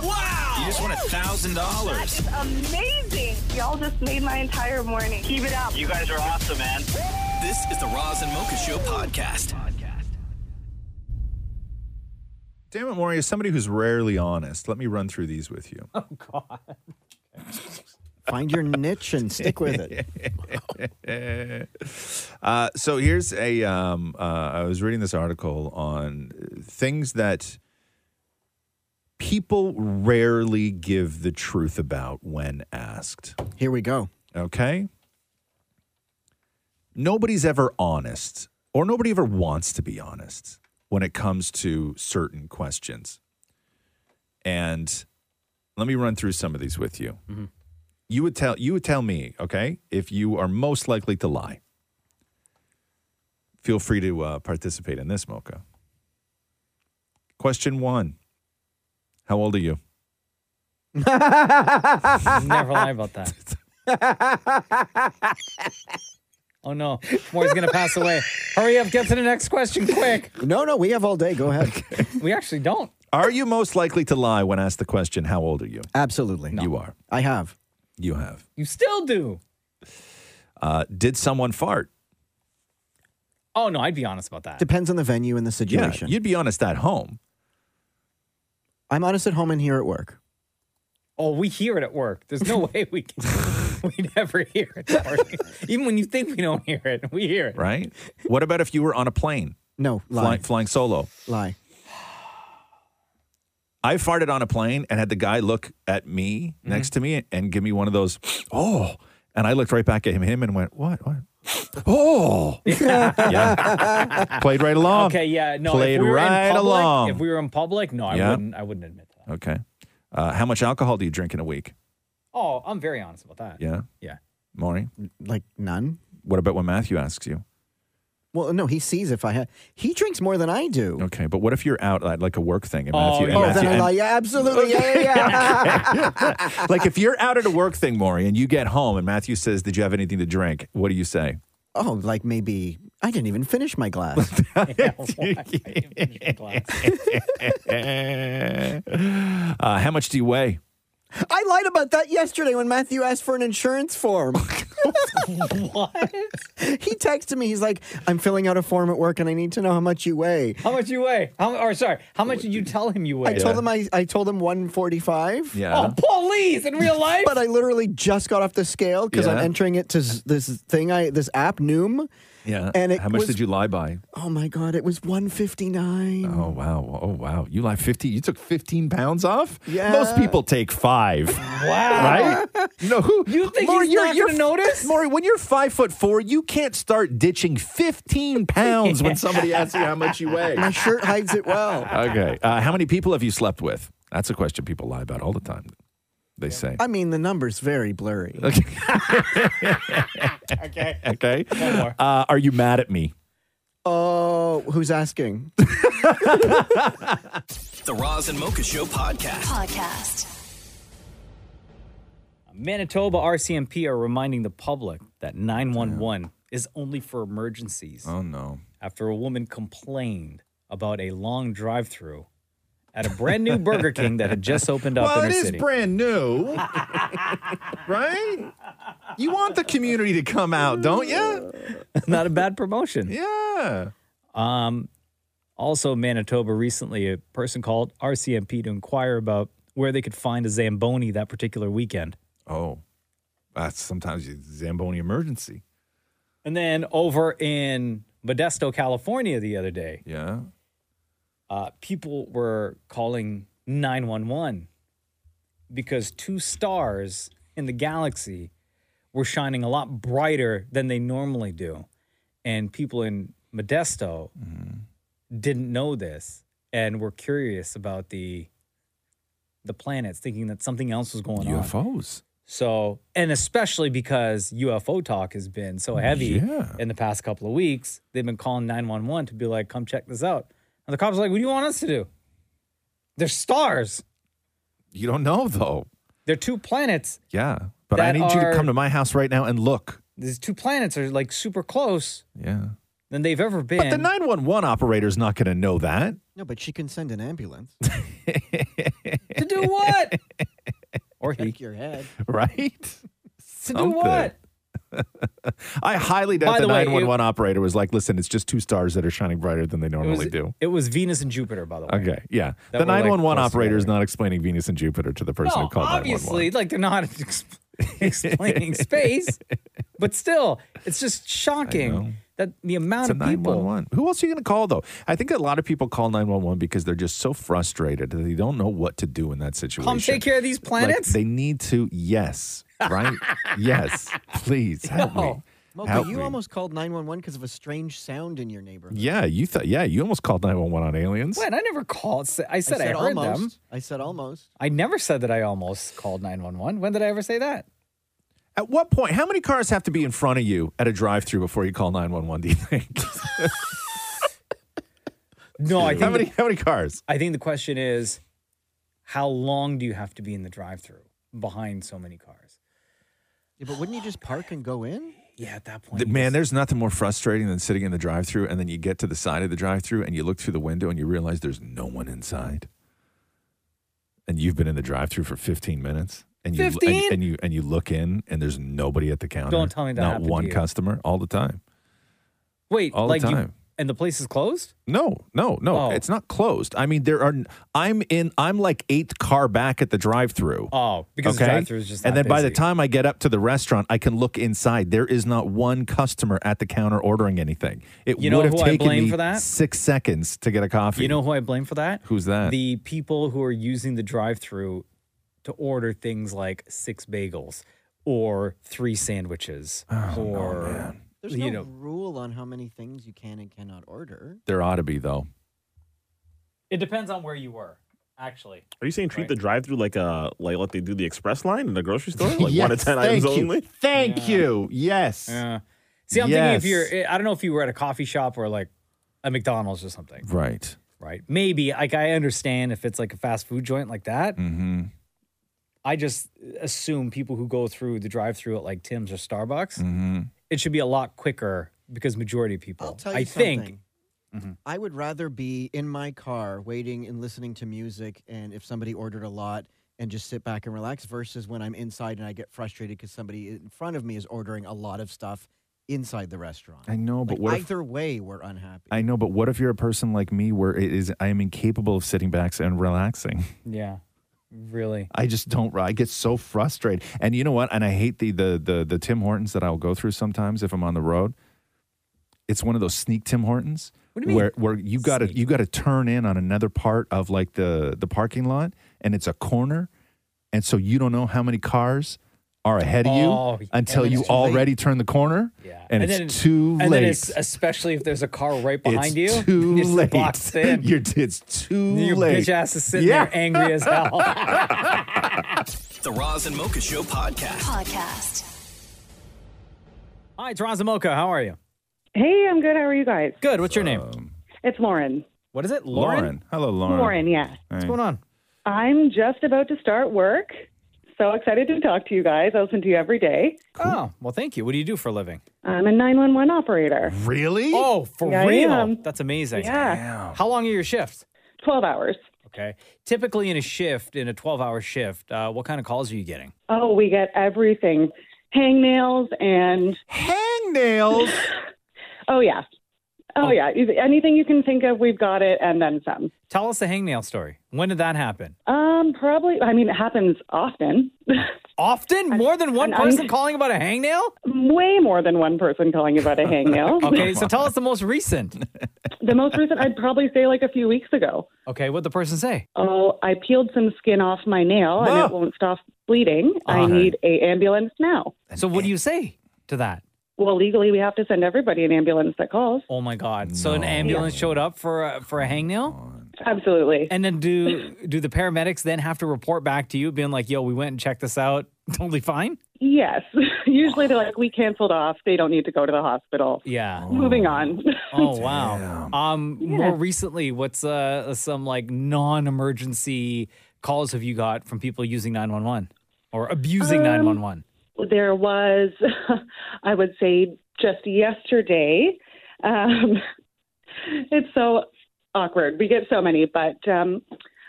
Wow! You just won a thousand dollars. Amazing. Y'all just made my entire morning. Keep it up. You guys are awesome, man. This is the Roz and Mocha Show podcast. Damn it, Maury, as somebody who's rarely honest, let me run through these with you. Find your niche and stick with it. Uh, so here's a. Um, uh, I was reading this article on uh, things that people rarely give the truth about when asked. Here we go. Okay. Nobody's ever honest, or nobody ever wants to be honest when it comes to certain questions. And let me run through some of these with you. You would tell you would tell me, okay, if you are most likely to lie. Feel free to uh, participate in this, Mocha. Question one: How old are you? Never lie about that. oh no, Maury's gonna pass away. Hurry up, get to the next question quick. No, no, we have all day. Go ahead. We actually don't. Are you most likely to lie when asked the question, "How old are you?" Absolutely. You are. I have. You have. You still do. Uh, did someone fart? Oh no, I'd be honest about that. Depends on the venue and the Yeah, situation. you'd be honest at home. I'm honest at home and here at work. Oh, we hear it at work. There's no way we can. we never hear it. at work. Even when you think we don't hear it, we hear it. Right? what about if you were on a plane, No, lie. flying, flying solo? Lie. I farted on a plane and had the guy look at me Mm-hmm. next to me and give me one of those, oh, and I looked right back at him, him and went, what, what? oh, yeah, played right along. Okay, yeah, no. played if we were right in public, along. If we were in public, no, I Yeah. wouldn't. I wouldn't admit that. okay, uh, how much alcohol do you drink in a week? Oh, I'm very honest about that. Yeah, Yeah. Maury. Like none. What about when Matthew asks you? Well, no, he sees if I have. He drinks more than I do. Okay, but what if you're out at like a work thing and Oh, Matthew? yeah. and Oh, Matthew then I and- lie. Yeah, absolutely. Yeah, yeah, yeah. like if you're out at a work thing, Maury, and you get home and Matthew says, Did you have anything to drink? What do you say? oh, like maybe I didn't even finish my glass. uh, how much do you weigh? I lied about that yesterday when Matthew asked for an insurance form. What? he texted me. He's like, I'm filling out a form at work and I need to know how much you weigh. How much you weigh? How, or sorry, how much did you tell him you I weigh? told him I, I told him 145. Yeah. Oh, please! In real life? But I literally just got off the scale because I'm Yeah. entering it to z- this thing I this app Noom. yeah. and it how much was- did you lie by? Oh my god, it was 159. Oh wow. Oh wow. You lie 15. You took 15 pounds off? Yeah. Most people take five. Right? wow. No, who You think he's not gonna notice? Maury, when you're five foot four, you can't start ditching 15 pounds when somebody asks you how much you weigh. My shirt hides it well. Okay. Uh, how many people have you slept with? That's a question people lie about all the time. They say. I mean, the number's very blurry. Okay. Okay. more. Uh, are you mad at me? Oh, who's asking? The Roz and Mocha Show podcast. Podcast. Uh, Manitoba RCMP are reminding the public that 911 is only for emergencies Oh, no. after a woman complained about a long drive through at a brand new Burger King that had just opened up Well, in it her is city. brand new, right? You want the community to come out, don't you? not a bad promotion. Yeah. Um, also, Manitoba recently, a person called RCMP to inquire about where they could find a Zamboni that particular weekend. Oh, that's sometimes a Zamboni emergency. And then over in Modesto, California, the other day, Yeah. uh, people were calling 911 because two stars in the galaxy were shining a lot brighter than they normally do. And people in Modesto Mm-hmm. didn't know this and were curious about the the planets, thinking that something else was going on. UFOs. So, and especially because UFO talk has been so heavy Yeah. in the past couple of weeks, they've been calling 911 to be like, come check this out. And the cops are like, what do you want us to do? They're stars, You don't know though. they're two planets. Yeah, but I That need you to are- come to my house right now and look. These two planets are like super close Yeah. than they've ever been. But the 911 operator's not going to know that. No, but she can send an ambulance. to do what? or he. Take your head. right? To do what? I highly doubt By the, the way, 911 operator was like, listen, it's just two stars that are shining brighter than they It normally was, do. it was Venus and Jupiter, by the way. Okay, yeah. That the were, like, 911 close operator is together. not explaining Venus and Jupiter to the person No, who called obviously, 911. like they're not ex- explaining space, but still, it's just know. shocking that the amount It's a of people. 911. Who else are you going to call, though? I think a lot of people call 911 because they're just so frustrated that they don't know what to do in that situation. Come take care of these Like, planets. they need to, yes, right? yes, please help me. No. Mocha, Help you me. almost called 911 because of a strange sound in your neighborhood. Yeah, you thought. Yeah, you almost called nine one one on aliens. Wait, I never called. sa- I I said I, heard almost. them. I said almost. I never said that I almost called nine one one. When did I ever say that? At what point? How many cars have to be in front of you at a drive-through before you call nine one one? Do you think? No, I how think. many? The, How many cars? I think the question is, how long do you have to be in the drive-through behind so many cars? Yeah, but wouldn't you just park and go in? Yeah, at that point, The- Man, there's nothing more frustrating than sitting in the drive-through and then you get to the side of the drive-through and you look through the window and you realize there's no one inside. And you've been in the drive-through for 15 minutes. And you, and- 15? And, you and you look in and there's nobody at the counter. Don't tell me that Not happened to one you. customer all the time. wait, all the like you, time. and the place is closed. No, no, no. Oh. It's not closed. I mean, there are. I'm in. I'm like eighth car back at the drive-through. Oh, because okay. the drive-through is just. and that then by the busy. time I get up to the restaurant, I can look inside. There is not one customer at the counter ordering anything. It You know would have who I taken blame me for that? six seconds to get a coffee. You know who I blame for that? Who's that? The people who are using the drive-through to order things like six bagels or three sandwiches Oh, or There's you no know rule on how many things you can and cannot order. there ought to be though. it depends on where you were actually. Are you saying treat Right. the drive-through like a like like they do the express line in the grocery store, like one to Yes, ten items thank you. only? Thank you. Yes. Yeah. See, I'm thinking Yes. if you're I don't know if you were at a coffee shop or like a McDonald's or something, Right. right? Maybe like I understand if it's like a fast food joint like that. Mm-hmm. I just assume people who go through the drive-through at like Tim's or Starbucks, Mm-hmm. it should be a lot quicker because majority of people I'll tell you I something. think I would rather be in my car waiting and listening to music, and if somebody ordered a lot, and just sit back and relax, versus when I'm inside and I get frustrated because somebody in front of me is ordering a lot of stuff inside the restaurant. I know, but Like, what if- either way, we're unhappy. I know, but what if you're a person like me where it is I am incapable of sitting back and relaxing? yeah. Really. I just don't. I get so frustrated, and you know what? And I hate the the the, the Tim Hortons that I'll go through sometimes if I'm on the road. It's one of those sneak Tim Hortons What do you mean? where where you got to Sneak. you got to turn in on another part of like the the parking lot, and it's a corner, and so you don't know how many cars are ahead of Oh, you and until then you it's too late. already turn the corner, Yeah. and, it's too and late. then it's especially if there's a car right behind it's you. too you're just late. boxed in. You're, it's too Your late. bitch ass is sitting Yeah. there angry as hell. The Roz and Mocha Show podcast. Podcast. Hi, it's Roz and Mocha. How are you? Hey, I'm good. How are you guys? Good. What's your name? It's Lauren. What is it? Lauren? Um, Lauren. hello, Lauren. Lauren, yeah. What's going on? I'm just about to start work. So excited to talk to you guys. I listen to you every day. Oh, well, thank you. What do you do for a living? I'm a 911 operator. Really? Oh, for Yeah, I real? am. That's amazing. Yeah. How long are your shifts? 12 hours. Okay. Typically, in a shift, in a 12 hour shift, uh, what kind of calls are you getting? Oh, we get everything hangnails and, Hang nails. oh, yeah. Oh, yeah. Anything you can think of, we've got it, and then some. Tell us the hangnail story. When did that happen? Um, probably, I mean, it happens often. Often? More than one I'm- person calling about a hangnail? Way more than one person calling about a hangnail. Okay, so tell us the most recent. The most recent, I'd probably say like a few weeks ago. Okay, what'd the person say? Oh, I peeled some skin off my nail and Whoa. it won't stop bleeding. I need a ambulance now. So what do you say to that? Well, legally, we have to send everybody an ambulance that calls. Oh my God! So an ambulance showed up for a, for a hangnail? Absolutely. And then do do the paramedics then have to report back to you, being like, "Yo, we went and checked this out. Totally fine." Yes. Usually they're like, we canceled off. They don't need to go to the hospital. Yeah. Moving on. Oh wow. Um. More recently, what's uh some like non-emergency calls have you got from people using nine one one or abusing nine one one? there was, I would say, just yesterday. Um, it's so awkward. We get so many, but um,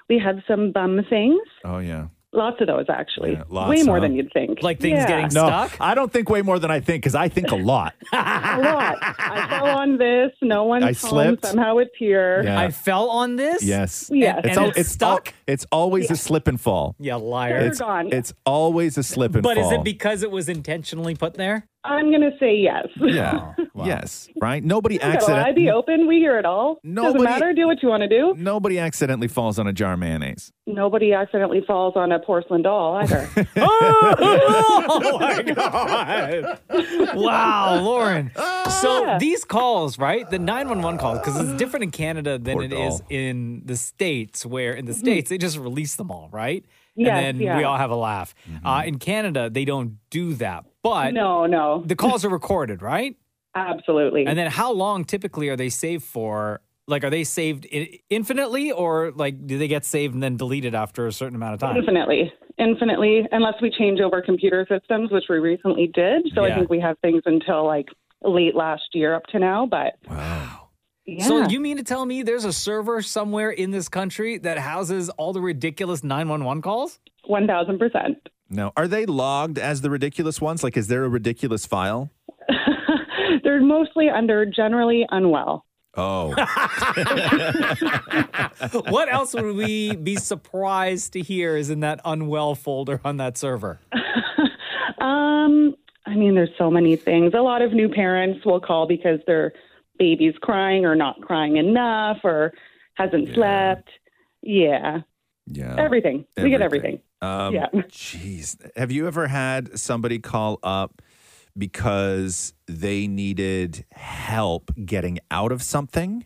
we had some bum things. Oh yeah. Lots of those, actually. Yeah, lots, Way more huh? than you'd think. Like things Yeah, getting No, stuck. I don't think way more than I think because I think a lot. a lot. I fell on this. No one's I home. slipped. Somehow it's here. Yeah. I fell on this. yes. Yes. And- It's, and al- it's al- stuck? it's always a slip and fall. Yeah, liar. They're It's, gone. it's always a slip and But fall. is it because it was intentionally put there? I'm going to say yes. Yeah. Yes. Right. Nobody Gotta lie, accident. be open. We hear it all. Nobody- Doesn't matter. Do what you want to do. Nobody accidentally falls on a jar of mayonnaise. Nobody accidentally falls on a porcelain doll either. oh my god! Wow, Lauren. So these calls, right? The nine one one calls, because it's different in Canada than Poor it is doll. in the states. Where in the states they just release them all, right? Mm-hmm. Yes, and then yeah. we all have a laugh. Mm-hmm. Uh, in Canada, they don't do that, but Oh, no, no. the calls are recorded, right? Absolutely. And then how long typically are they saved for? Like, are they saved I- infinitely, or like do they get saved and then deleted after a certain amount of time? Infinitely. Infinitely, unless we change over computer systems, which we recently did. So Yeah. I think we have things until like late last year up to now. But Wow. yeah. So you mean to tell me there's a server somewhere in this country that houses all the ridiculous 911 calls? 1000%. Now, are they logged as the ridiculous ones? Like, is there a ridiculous file? They're mostly under generally unwell. Oh, what else would we be surprised to hear is in that unwell folder on that server? Um, I mean, there's so many things. A lot of new parents will call because their baby's crying or not crying enough or hasn't slept. Yeah, yeah. everything. We get everything. Everything. Um, Yeah. Jeez. Have you ever had somebody call up because they needed help getting out of something?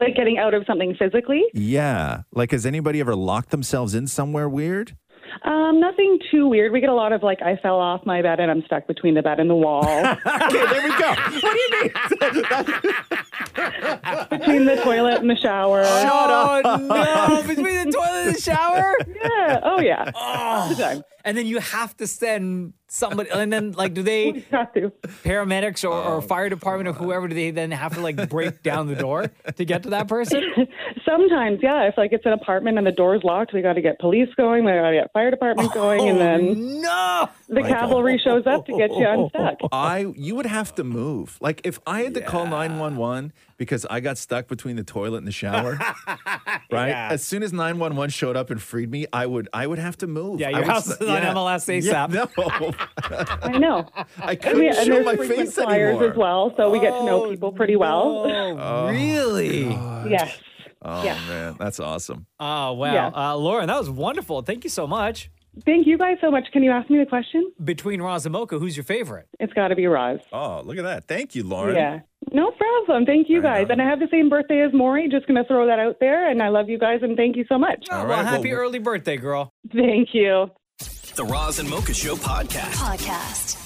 Like getting out of something physically. Yeah. Like, has anybody ever locked themselves in somewhere weird? Um, nothing too weird. We get a lot of like, I fell off my bed and I'm stuck between the bed and the wall, Okay, there we go. What do you mean? between the toilet and the shower. oh, no, between the toilet and the shower? Yeah. Oh yeah. All the time. And then you have to send somebody, and then, like, do they, Have to. paramedics or, Oh, or fire department or whoever, do they then have to, like, break down the door to get to that person? Sometimes, yeah. If like it's an apartment and the door's locked, we got to get police going. We got to get fire department going, Oh, and then No! the cavalry shows up to get you unstuck. I you would have to move. Like if I had to call 911 because I got stuck between the toilet and the shower, right? As soon as 911 showed up and freed me, I would I would have to move. Yeah, I your would house s- is on yeah. MLS Yeah, ASAP. no. I know. I And, couldn't we, and show there's my frequent face flyers anymore. Oh, as well, so we get to know people pretty well. Oh, really? yes. Oh Yeah. man, that's awesome. Oh, wow. Yeah. Uh, Lauren, that was wonderful. Thank you so much. Thank you guys so much. Can you ask me the question? Between Roz and Mocha, who's your favorite? It's got to be Roz. Oh, look at that. Thank you, Lauren. Yeah. No problem. Thank you guys. And I have the same birthday as Maury. Just going to throw that out there. And I love you guys. And thank you so much. Oh, All well, right, happy well- early birthday, girl. Thank you. The Roz and Mocha Show podcast. Podcast.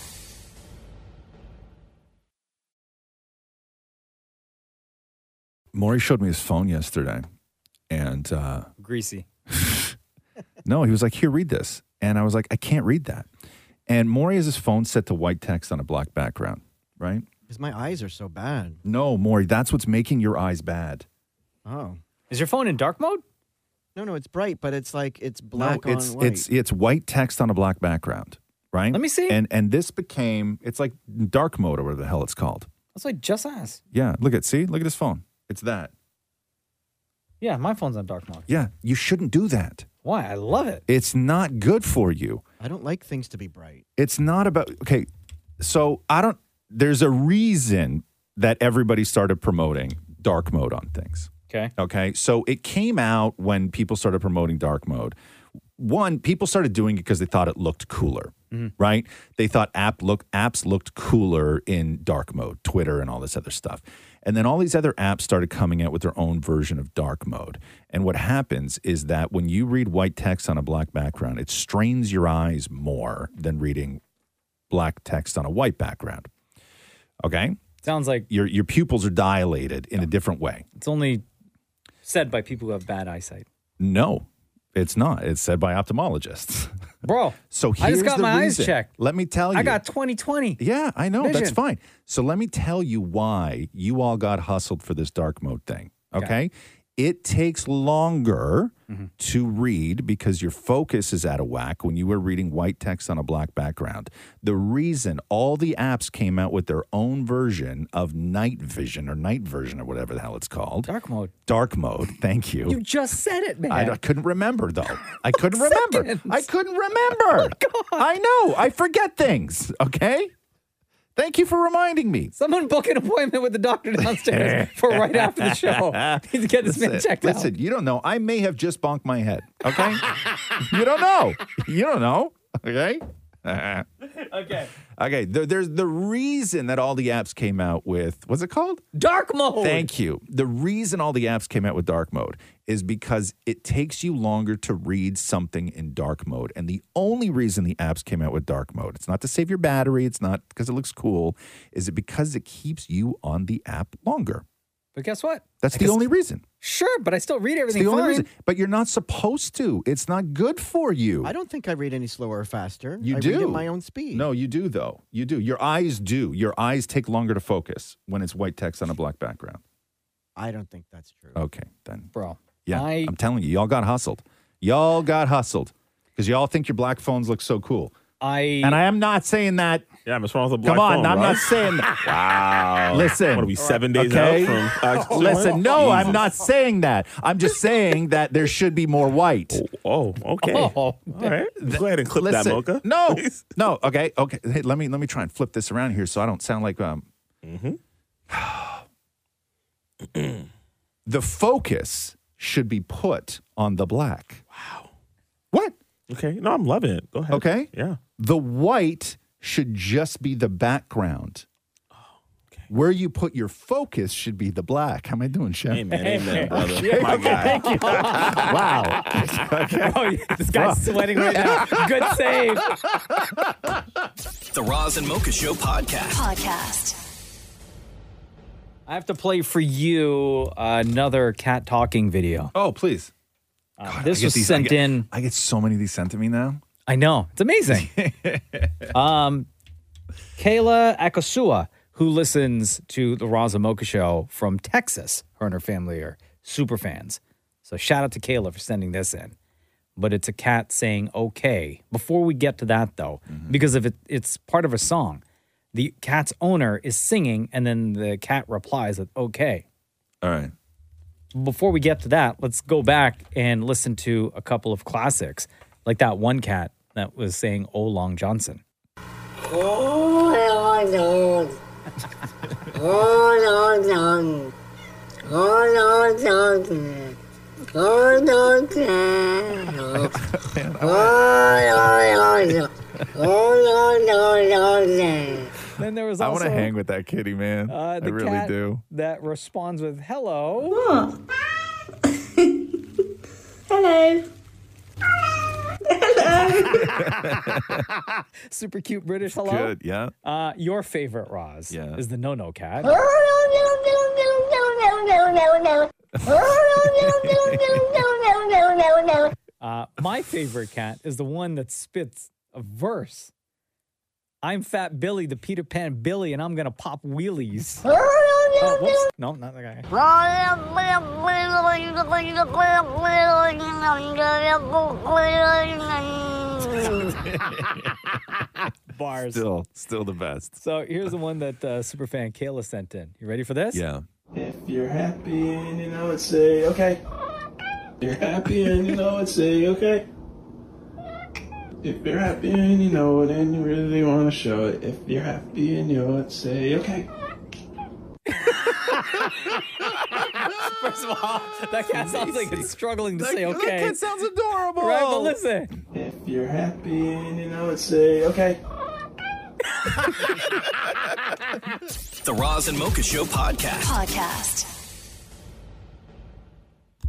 Maury showed me his phone yesterday, and uh, Greasy. no, he was like, "Here, read this," and I was like, "I can't read that." And Maury has his phone set to white text on a black background, right? Because my eyes are so bad. No, Maury, that's what's making your eyes bad. Oh. Is your phone in dark mode? No, no, it's bright, but it's like it's black no, it's on white. it's it's white text on a black background, right? Let me see. And and this became it's like dark mode or whatever the hell it's called. That's what I just asked. Yeah, look at see, look at his phone. It's that. Yeah, my phone's on dark mode. Yeah, you shouldn't do that. Why? I love it. It's not good for you. I don't like things to be bright. It's not about okay. So I don't. There's a reason that everybody started promoting dark mode on things. Okay. Okay. So it came out when people started promoting dark mode. One, people started doing it because they thought it looked cooler. right? They thought app look apps looked cooler in dark mode, Twitter and all this other stuff. And then all these other apps started coming out with their own version of dark mode. And what happens is that when you read white text on a black background, it strains your eyes more than reading black text on a white background. Okay? Sounds like Your your pupils are dilated in a different way. it's only said by people who have bad eyesight. No, it's not. It's said by optometrists. Bro, So here's I just got the my reason. eyes checked. Let me tell you. I got 2020. Yeah, I know. That's Vision. fine. So let me tell you why you all got hustled for this dark mode thing. Okay. It takes longer Mm-hmm. to read because your focus is out of whack when you were reading white text on a black background. The reason all the apps came out with their own version of night vision or night version or whatever the hell it's called Dark mode. dark mode. Thank you. You just said it, man. I, I couldn't remember though. I couldn't remember. I Seconds. Oh, couldn't remember. I know. I forget things. Okay. Thank you for reminding me. Someone book an appointment with the doctor downstairs for right after the show. Need to get this man checked out. listen, you don't know. I may have just bonked my head. Okay. you don't know. You don't know. Okay. Mm-hmm. Okay. Okay. There, there's the reason that all the apps came out with what's it called? Dark mode. Thank you. The reason all the apps came out with dark mode is because it takes you longer to read something in dark mode. And the only reason the apps came out with dark mode, it's not to save your battery, it's not because it looks cool, is it because it keeps you on the app longer. But guess what? That's I the guess- only reason. Sure, but I still read It's everything the only fine. reason. But you're not supposed to. It's not good for you. I don't think I read any slower or faster. You I do read at my own speed. No, you do though. You do. Your eyes do. Your eyes take longer to focus when it's white text on a black background. I don't think that's true. Okay, then Bro. Yeah, I, I'm telling you, y'all got hustled. Y'all got hustled because y'all think your black phones look so cool. I, And I am not saying that. Yeah, what's wrong with the black Come on, phone, I'm Rob? not saying that. wow. Listen. Oh, What are we seven days okay? out from? Uh, Listen, no, I'm Jesus. not saying that. I'm just saying that there should be more white. Oh, okay. Oh. All right. Go ahead and clip that, Listen, Mocha. No, Please. no. Okay, okay. Hey, let me let me try and flip this around here so I don't sound like um. the focus should be put on the black. Wow. What? Okay. No, I'm loving it. Go ahead. Okay. Yeah. The white should just be the background. Oh, Where you put your focus should be the black. How am I doing, Chef? Amen. Amen, brother. My guy. Wow. oh, this guy's sweating right now. Good save. The Roz and Mocha Show podcast. Podcast. I have to play for you another cat talking video. oh, please. Uh, God, I this get was these- I sent get- in. I get so many of these sent to me now. I know. It's amazing. um, Kayla Akosua, who listens to the Raza Mocha show from Texas, her and her family are super fans. So shout out to Kayla for sending this in. But it's a cat saying okay. Before we get to that though, Mm-hmm. because if it, it's part of a song, the cat's owner is singing and then the cat replies with okay. All right. Before we get to that, let's go back and listen to a couple of classics, like that one cat that was saying "Oh Long Johnson." Oh Lord, oh Lord, oh Lord, oh Lord, Then there was I also want to hang with that kitty, man. uh, I the really cat do. that responds with "Hello." Hello. Super cute British hello. Good. Yeah. Uh, your favorite Roz Yeah. is the No No Cat. Uh, my favorite cat is the one that spits a verse. I'm Fat Billy, the Peter Pan Billy, and I'm gonna pop wheelies. Oh, whoops. No, not that guy. Bars. Still, still the best. So here's the one that uh, superfan Kayla sent in. You ready for this? Yeah. If you're happy and you know it, say okay. If you're happy and you know it, say okay. If you're happy and you know it and you really want to show it, if you're happy and you know it, say okay. First of all, that cat sounds like it's struggling to That- say that okay. cat sounds adorable. Right, but listen. If you're happy and you know it, say okay. The Roz and Mocha Show podcast. Podcast.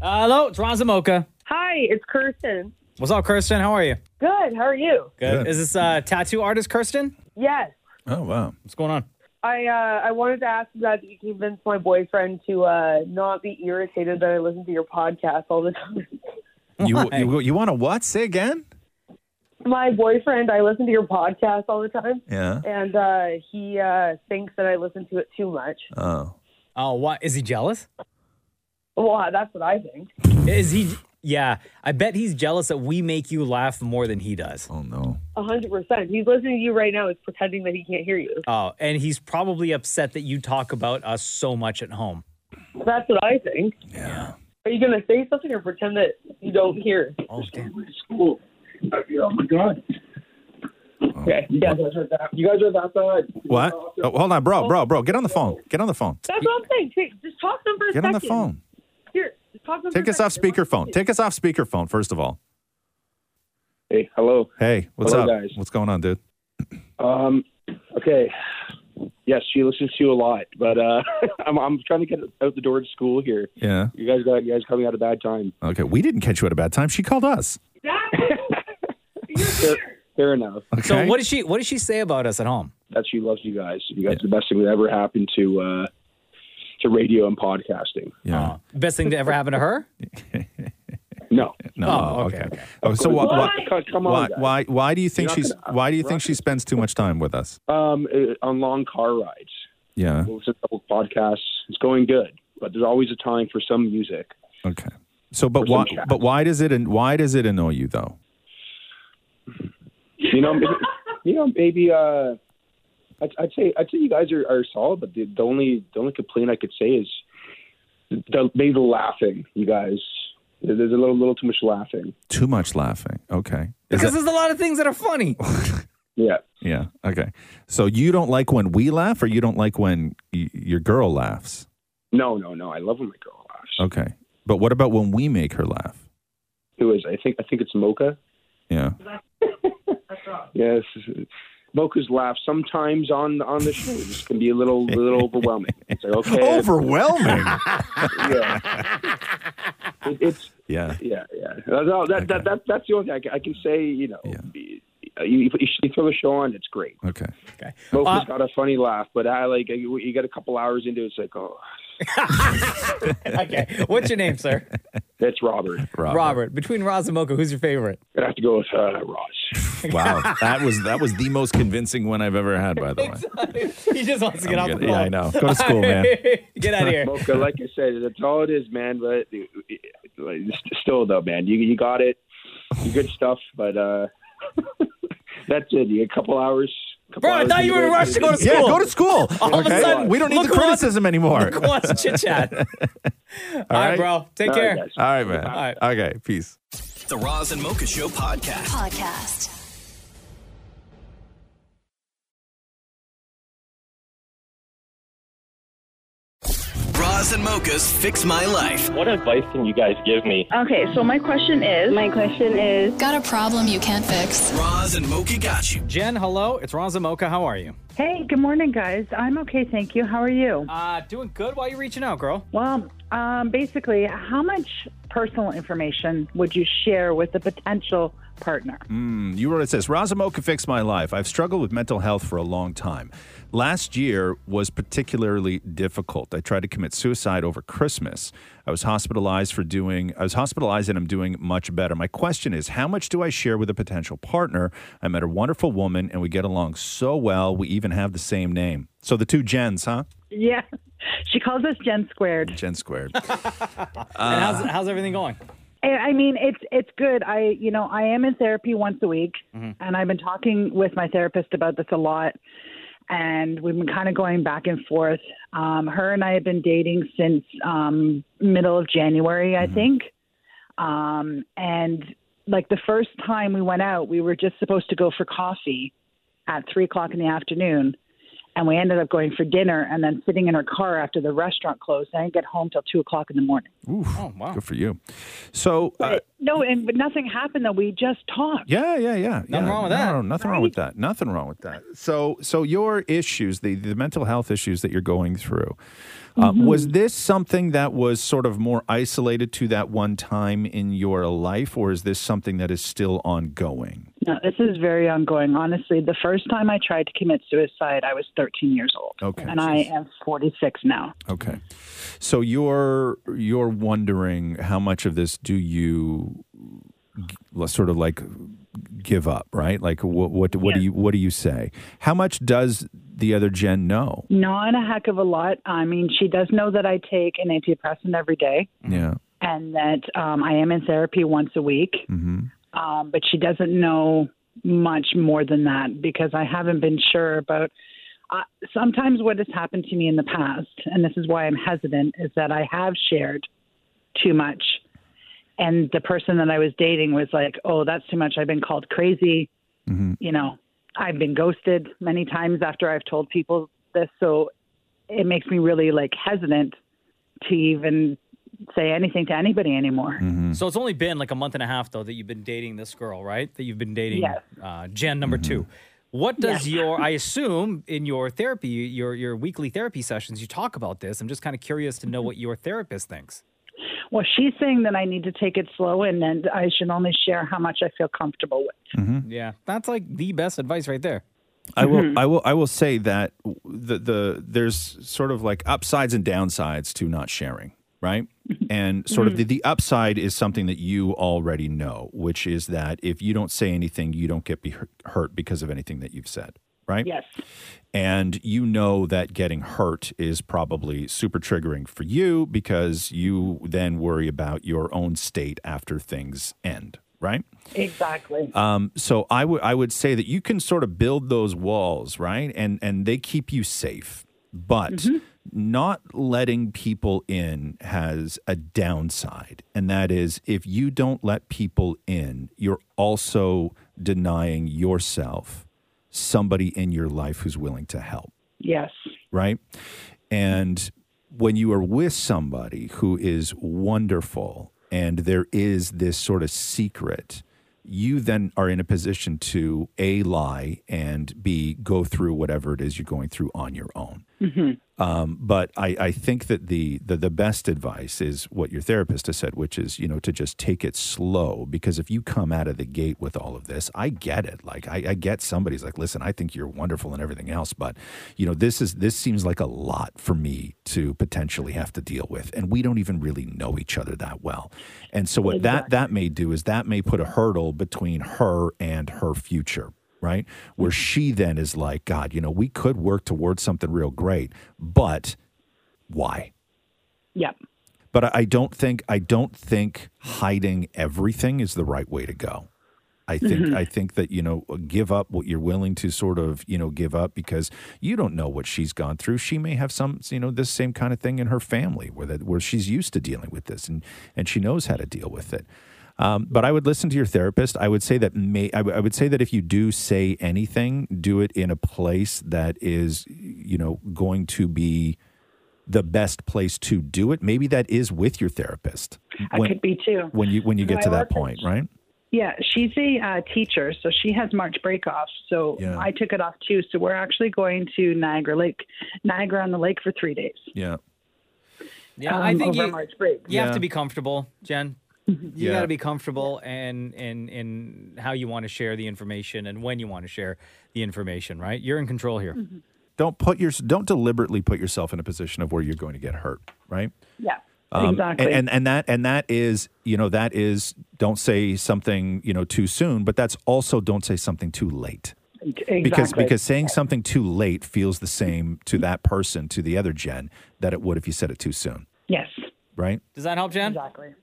Uh, hello, it's Ron Zamoka. Hi, it's Kirsten. What's up, Kirsten? How are you? Good. How are you? Good. Is this uh, tattoo artist Kirsten? Yes. Oh wow. What's going on? I uh, I wanted to ask that you convince my boyfriend to uh, not be irritated that I listen to your podcast all the time. You, you you want to what? Say again? My boyfriend, I listen to your podcast all the time. Yeah. And uh, he uh, thinks that I listen to it too much. Oh. Oh, what? Is he jealous? Well, that's what I think. Is he? Yeah, I bet he's jealous that we make you laugh more than he does. Oh no. A hundred percent. He's listening to you right now. He's pretending that he can't hear you. Oh, and he's probably upset that you talk about us so much at home. That's what I think. Yeah. Are you gonna say something or pretend that you don't hear? Oh damn. School. Oh my god. Okay. Yeah. You guys are that, you guys are that bad. What? Oh, hold on, bro, bro, bro. Get on the phone. Get on the phone. That's what I'm saying. Take, just talk to them for a Get on second. the phone. Here, just talk to them Take for a us off second. speakerphone. Take us off speakerphone first of all. Hey, hello. Hey, what's Hello, up? guys. What's going on, dude? Um, okay. Yes, she listens to you a lot, but uh, I'm I'm trying to get out the door to school here. Yeah. You guys got you guys caught me at a bad time. Okay, we didn't catch you at a bad time. She called us. fair, fair enough. So what did she? What did she say about us at home? That she loves you guys. You guys are the best thing that ever happened to uh, to radio and podcasting. Yeah. Best thing to ever happen to her? No. No. Oh, okay. okay. Oh, so why, why, Come on, why, guys. why why do you think You're not she's gonna- uh, why do you think she spends too much time with us? Um, uh, on long car rides. Yeah. We'll listen to old podcasts. It's going good, but there's always a time for some music. Okay. So but some why chat. but why does it and why does it annoy you though? You know, maybe- you know, maybe uh, I'd, I'd say I'd say you guys are, are solid, but the, the only the only complaint I could say is the, maybe the laughing. You guys, there's a little little too much laughing. Too much laughing. Okay. Is Because it- there's a lot of things that are funny. yeah. yeah. Okay. So you don't like when we laugh or you don't like when y- your girl laughs? No, no, no. I love when my girl laughs. Okay. But what about when we make her laugh? Who is? it? I think I think it's Mocha. Yeah. Yes, Mocha's laugh sometimes on on the show just can be a little little overwhelming. It's like okay, Overwhelming. yeah. It, it's yeah. Yeah, yeah. That, that, that, that, that's the only thing I can, I can say. You know, you, you, you throw the show on, it's great. Okay. Okay. Uh, Mocha's got a funny laugh, but I like you, you get a couple hours into it, it's like, oh, okay. What's your name, sir? that's Robert. Robert. Between Roz and Mocha, who's your favorite? I have to go with uh, Roz. Wow. that was that was the most convincing one I've ever had, by the way. he just wants to get I'm off the good. phone. Yeah, I know. Oh, Go to school, man. get out of here. Mocha, like I said, that's all it is, man. But like, still, though, man, you you got it. You good stuff, but uh, that's it. You get a couple hours. Couple Bro, I hours thought you into were it. rushed to go to school. Yeah, go to school. All of a Okay? sudden, We don't need look the who wants- criticism anymore. Look who wants to chit chat. All All right, bro. Take All right, care. guys. All right, man. Okay, peace. The Roz and Mocha Show podcast. Podcast. Roz and Mocha's Fix My Life. What advice can you guys give me? Okay, so my question is. My question is. Got a problem you can't fix. Roz and Mocha got you. Jen, hello. It's Roz and Mocha. How are you? Hey, good morning, guys. I'm okay, thank you. How are you? Uh, doing good. Why are you reaching out, girl? Well, um, basically, how much personal information would you share with a potential partner? Mm, you wrote it says, Razamoka fixed my life. I've struggled with mental health for a long time. Last year was particularly difficult. I tried to commit suicide over Christmas. I was hospitalized for doing, I was hospitalized and I'm doing much better. My question is, how much do I share with a potential partner? I met a wonderful woman and we get along so well. We even have the same name. So the two Jens, huh? Yeah, she calls us Jen Squared. Jen squared. and how's, Uh, how's everything going? I I mean, it's it's good. I you know I am in therapy once a week, and I've been talking with my therapist about this a lot, and we've been kind of going back and forth. Um, her and I have been dating since um, middle of January, I think, um, and like the first time we went out, we were just supposed to go for coffee at three o'clock in the afternoon, and we ended up going for dinner and then sitting in her car after the restaurant closed. I didn't get home till two o'clock in the morning. oh wow, good for you. So uh, No, and but nothing happened though. We just talked. yeah, yeah, yeah. Nothing wrong with no, that, No, nothing wrong with that. Nothing wrong with that. So so your issues, the the mental health issues that you're going through, uh, Mm-hmm. was this something that was sort of more isolated to that one time in your life, or is this something that is still ongoing? No, this is very ongoing. Honestly, the first time I tried to commit suicide, I was 13 years old. Okay. And I am 46 now. Okay. So you're you're wondering how much of this do you g- sort of like give up, right? Like what what what do you what do you say? How much does the other gen know? Not a heck of a lot. I mean, she does know that I take an antidepressant every day Yeah. and that um, I am in therapy once a week. Um, but she doesn't know much more than that because I haven't been sure about. Uh, sometimes what has happened to me in the past, and this is why I'm hesitant, is that I have shared too much. And the person that I was dating was like, oh, that's too much. I've been called crazy. You know, I've been ghosted many times after I've told people this. So it makes me really like hesitant to even say anything to anybody anymore. Mm-hmm. So it's only been like a month and a half though that you've been dating this girl, right? That you've been dating Yes. Mm-hmm. uh, Jen number two. What does Yes. your? I assume in your therapy, your your weekly therapy sessions, you talk about this. I'm just kind of curious to Mm-hmm. know what your therapist thinks. Well, she's saying that I need to take it slow and then I should only share how much I feel comfortable with. Yeah, that's like the best advice right there. I will I will I will say that w- the the there's sort of like upsides and downsides to not sharing, right? And sort of the, the upside is something that you already know, which is that if you don't say anything, you don't get be hurt- hurt because of anything that you've said, right? Yes. And you know that getting hurt is probably super triggering for you because you then worry about your own state after things end, right? Exactly. Um, so I would I would say that you can sort of build those walls, right? And and they keep you safe, but not letting people in has a downside, and that is if you don't let people in, you're also denying yourself somebody in your life who's willing to help Yes. right? And when you are with somebody who is wonderful and there is this sort of secret, you then are in a position to A, lie, and B, go through whatever it is you're going through on your own. Mm-hmm. Um, but I, I think that the, the the best advice is what your therapist has said, which is you know to just take it slow because if you come out of the gate with all of this, I get it. Like I, I get somebody's like, listen, I think you're wonderful and everything else, but you know this is this seems like a lot for me to potentially have to deal with, and we don't even really know each other that well. And so what that that may do is that may put a hurdle between her and her future right? Where she then is like, God, you know, we could work towards something real great, but why? Yep. But I- I don't think I don't think hiding everything is the right way to go. I think Mhm. I think that you know give up what you're willing to sort of you know give up because you don't know what she's gone through. She may have some you know this same kind of thing in her family where that where she's used to dealing with this and and she knows how to deal with it. Um, but I would listen to your therapist. I would say that may I, w- I would say that if you do say anything, do it in a place that is you know going to be the best place to do it. Maybe that is with your therapist. I could be too. when you when you get No, to I that wasn't- point, right? Yeah, she's a uh, teacher, so she has March break off. So Yeah. I took it off too. So we're actually going to Niagara Lake, Niagara on the Lake for three days. Yeah. Yeah, um, I think over you, March break. you have Yeah. Mm-hmm. to be comfortable, Jen. You Yeah. got to be comfortable and in in how you want to share the information and when you want to share the information, right? You're in control here. Mm-hmm. Don't put your don't deliberately put yourself in a position of where you're going to get hurt, right? Yeah. Um, exactly. And, and and that and that is you know that is don't say something you know too soon, but that's also don't say something too late. exactly. Because because saying something too late feels the same to that person to the other gen that it would if you said it too soon, yes. right? Does that help, Jen? Exactly.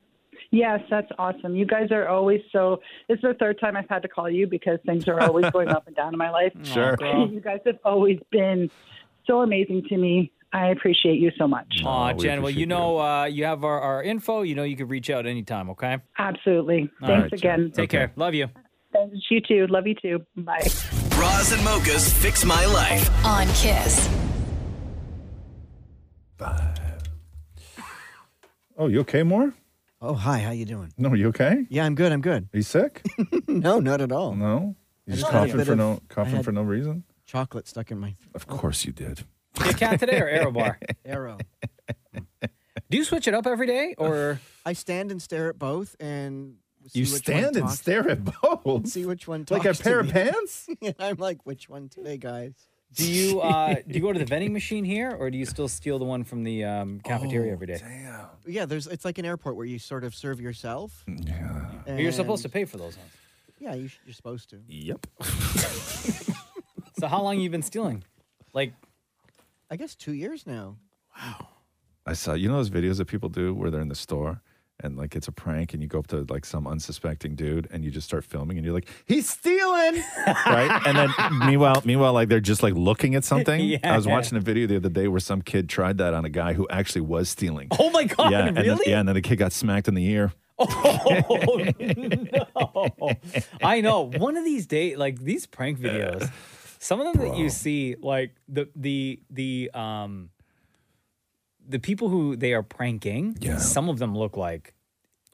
Yes, that's awesome. You guys are always so. This is the third time I've had to call you because things are always going up and down in my life. Sure. girl. you guys have always been so amazing to me. I appreciate you so much. Aw, we Uh, Jen, well, you know, uh, you have our, our info. You know, you can reach out anytime, okay? Absolutely. All Thanks right, Jen. again. Take care. Love you. Thanks. You too. Love you too. Bye. Roz and Mocha's Fix My Life. on Kiss. Oh, you okay, Moore? Oh, hi. How you doing? No, you okay? Yeah, I'm good. I'm good. Are you sick? no, not at all. No, you I just had a coughing bit for of- no I coughing had for no reason. Chocolate stuck in my. Of course you did. Kit Kat today or Aero Bar? Arrow. Do you switch it up every day or I stand and stare at both and. You see which one stand and talks- stare at both? See which one Like a talks to pair of me. pants? and I'm like, which one today, guys? do you uh, do you go to the vending machine here or do you still steal the one from the um, cafeteria every day? Oh, Damn. Yeah, there's. It's like an airport where you sort of serve yourself. Yeah. You're supposed to pay for those ones. Yeah, you, sh- you're supposed to. Yep. So how long you been stealing? Like, I guess two years now. I saw you know those videos that people do where they're in the store and like it's a prank and you go up to like some unsuspecting dude and you just start filming and you're like he's stealing right and then meanwhile meanwhile like they're just like looking at something. I was Yeah. watching a video the other day where some kid tried that on a guy who actually was stealing. Oh my god, yeah, and really? then, yeah, and then the kid got smacked in the ear. I know. One of these days, like these prank videos, some of them that you see, like the the the um the people who they are pranking, some of them look like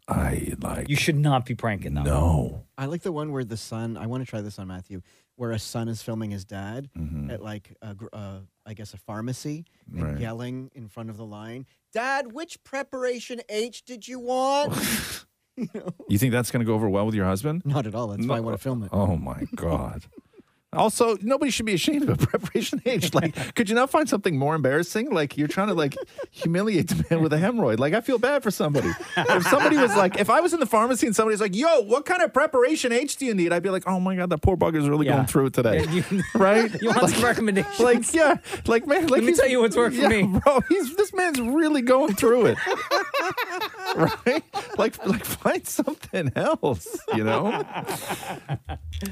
I like you should not be pranking them. No. I like the one where the son. I want to try this on Matthew, where a son is filming his dad at like a, gr- uh, I guess a pharmacy and Mm-hmm. Right. yelling in front of the line, "Dad, which preparation H did you want?" You think that's going to go over well with your husband? Not at all. That's why I want to film it. Oh my god. Also, nobody should be ashamed of preparation H. Like, could you not find something more embarrassing? Like, you're trying to like humiliate the man with a hemorrhoid. Like, I feel bad for somebody. If somebody was like, if I was in the pharmacy and somebody's like, "Yo, what kind of preparation H do you need?" I'd be like, "Oh my god, that poor bugger's really Yeah. going through it today." Yeah, you- right? You want like, some recommendations? Like, yeah, like man, like Let me he's- tell you what's worked for yeah, me. bro. He's this man's really going through it. right? Like, like find something else. You know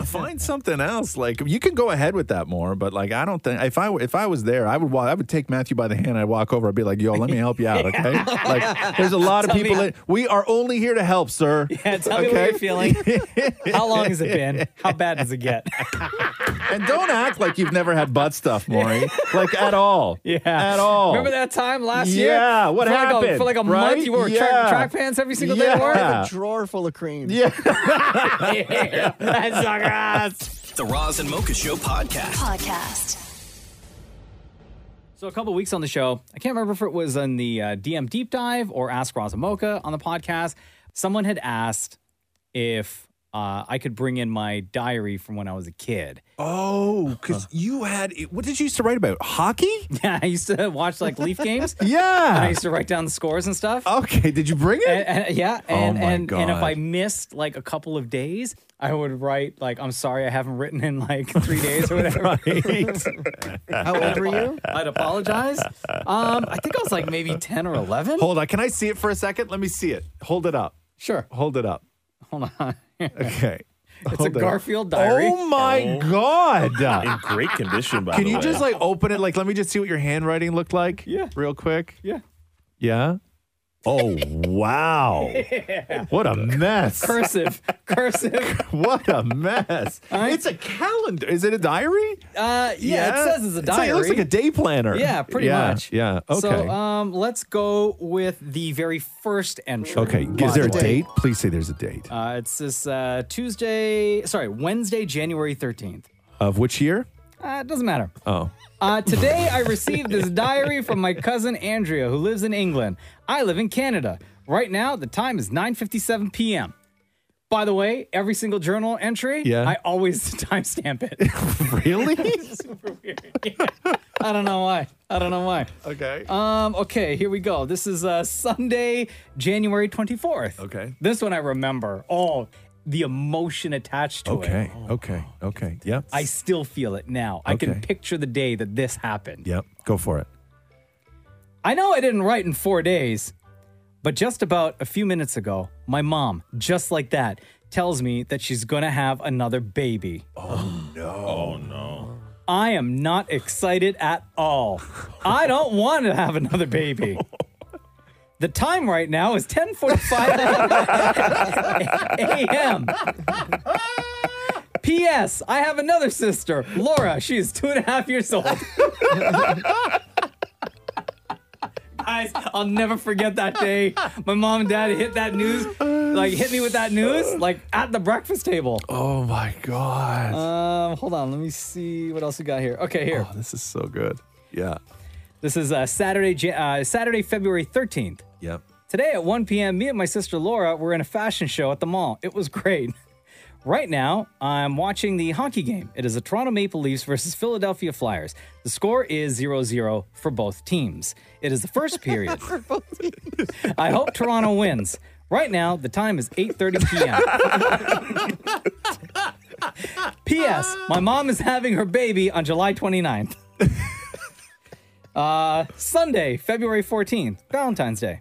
find something else. Like you can go ahead with that more, but like I don't think if I if I was there, I would walk. I would take Matthew by the hand. I'd walk over. I'd be like, "Yo, let me help you out, okay? Like there's a lot of Tell me- people. that we are only here to help, sir. Yeah, tell me what you're feeling. How long has it been? How bad does it get? And don't act like you've never had butt stuff, Maury. Like at all. Yeah, at all. Remember that time last year? Yeah, what for Like happened, a, for like a month, right? you wore track, Yeah. track pants every single day to work. Yeah. A drawer full of cream. Yeah. The Roz and Mocha Show podcast. Podcast. So a couple weeks on the show, I can't remember if it was on the uh, DM deep dive or Ask Razamoka on the podcast. Someone had asked if uh, I could bring in my diary from when I was a kid. Oh, because you had what did you used to write about? Hockey? Yeah, I used to watch like Leaf games. Yeah. and I used to write down the scores and stuff. Okay, did you bring it? And, and- yeah, Oh and my and, and if God. I missed like a couple of days, I would write like I'm sorry I haven't written in like three days or whatever. How old were you? I'd apologize. Um, I think I was like maybe ten or eleven. Hold on. Can I see it for a second? Let me see it. Hold it up. Sure. Hold it up. Hold on. Okay. It's Hold a it up. Garfield diary. Oh my god. In great condition, by Can the you way. just like open it? Like, let me just see what your handwriting looked like. Yeah. Real quick. Yeah. Yeah. Oh wow. What a mess. Cursive. Cursive. What a mess. It's a calendar. Is it a diary? Uh, yeah, it says it's a like- diary. it looks like a day planner. Yeah, pretty Yeah, much. Yeah. Okay. So um, let's go with the very first entry. okay. Is there a date? Please say there's a date. Uh, it's this uh, Tuesday, sorry, Wednesday, January 13th. Of which year? Uh, it doesn't matter. Oh. Uh, today, I received this diary from my cousin Andrea, who lives in England. I live in Canada. Right now, the time is 9.57 p.m. By the way, every single journal entry, Yeah. I always timestamp it. Really? I don't know why. I don't know why. Okay. Um, okay, here we go. This is uh, Sunday, January 24th. Okay. This one I remember. Oh, the emotion attached to it. Okay. Okay. Okay. Yep. I still feel it now. I can Okay. picture the day that this happened. Yep. Go for it. I know I didn't write in four days, but just about a few minutes ago, my mom, just like that, tells me that she's gonna have another baby. Oh no. I am not excited at all. I don't want to have another baby. The time right now is 10:45 a.m. P.S. I have another sister, Laura. She is two and a half years old. Guys, I'll never forget that day. My mom and dad hit that news, like hit me with that news, like at the breakfast table. Oh my god. Um, hold on, let me see what else we got here. Okay, here. Oh, this is so good. Yeah. This is uh, Saturday, Jan- uh, Saturday, February thirteenth. Yep. Today at 1 p.m., me and my sister Laura were in a fashion show at the mall. It was great. Right now, I'm watching the hockey game. It is the Toronto Maple Leafs versus Philadelphia Flyers. The score is 0 0 for both teams. It is the first period. I hope Toronto wins. Right now, the time is 8:30 p.m. P.S. My mom is having her baby on July 29th. uh, Sunday, February 14th, Valentine's Day.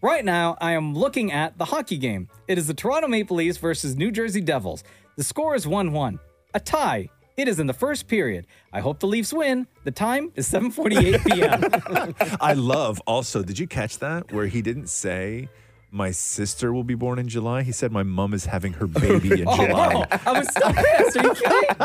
Right now, I am looking at the hockey game. It is the Toronto Maple Leafs versus New Jersey Devils. The score is 1 1. A tie. It is in the first period. I hope the Leafs win. The time is 7:48 p.m. I love also, did you catch that where he didn't say my sister will be born in July? He said my mom is having her baby in Oh, July. wow. I was so pissed. Are you kidding?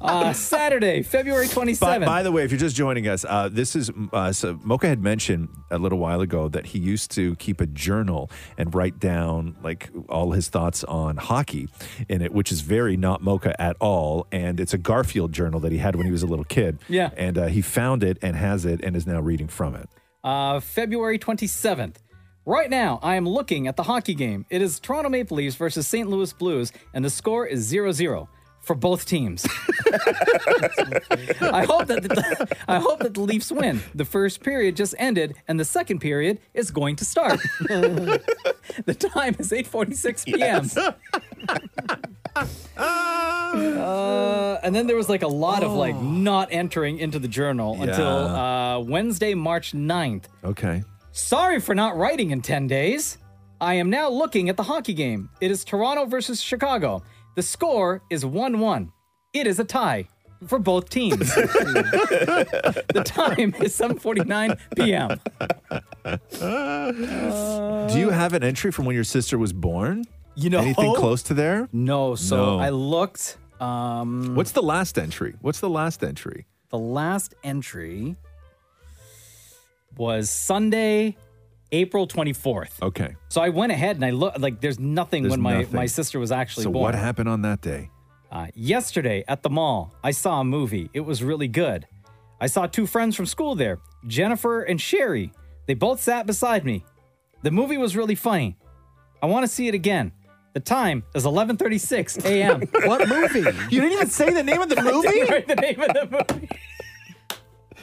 Uh, Saturday, February 27th. By, by the way, if you're just joining us, uh, this is uh, so Mocha had mentioned a little while ago that he used to keep a journal and write down like all his thoughts on hockey in it, which is very not Mocha at all. And it's a Garfield journal that he had when he was a little kid. Yeah. And uh, he found it and has it and is now reading from it. Uh, February 27th. Right now, I am looking at the hockey game. It is Toronto Maple Leafs versus St. Louis Blues, and the score is 0 0 for both teams. I, hope that the, I hope that the Leafs win. The first period just ended, and the second period is going to start. the time is 8.46 p.m. Uh, and then there was like a lot of like not entering into the journal until uh, Wednesday, March 9th. Okay. Sorry for not writing in 10 days. I am now looking at the hockey game. It is Toronto versus Chicago. The score is 1 1. It is a tie for both teams. the time is 7.49 p.m. Do you have an entry from when your sister was born? You know- oh, anything close to there? No. Oh, So No. I looked. Um, What's the last entry? What's the last entry? The last entry was Sunday, April 24th. Okay. So I went ahead and I looked, like, there's nothing There's when my, nothing. my sister was actually so born. what happened on that day? Uh, yesterday at the mall, I saw a movie. It was really good. I saw two friends from school there, Jennifer and Sherry. They both sat beside me. The movie was really funny. I want to see it again. The time is 11:36 a.m. what movie? You didn't even say the name of the movie. the name of the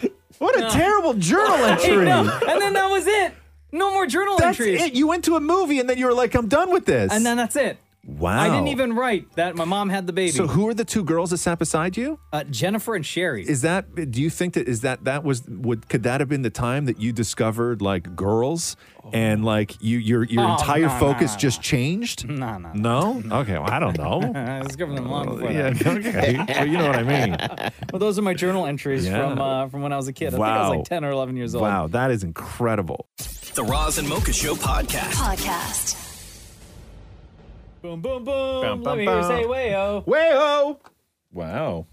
movie. What a terrible journal I entry. know. And then that was it. No more journal That's entries. it. You went to a movie and then you were like, I'm done with this. And then that's it. wow. I didn't even write that my mom had the baby. So who are the two girls that sat beside you? Uh, Jennifer and Sherry. Is that? Do you think that is that that was would could that have been the time that you discovered like girls and like you your your Oh, entire no, no, focus no, just changed? No, no. No? Okay, well, I don't know. I was giving them long before yeah, that. okay. Well, you know what I mean. Well, those are my journal entries Yeah. from uh, from when I was a kid. I think I was Wow. like 10 or 11 years old. Wow, that is incredible. The Roz and Mocha Show podcast. Podcast. Boom, boom, boom. Bum, Let bum, me hear you bum. say wayo. Wayo. Wow.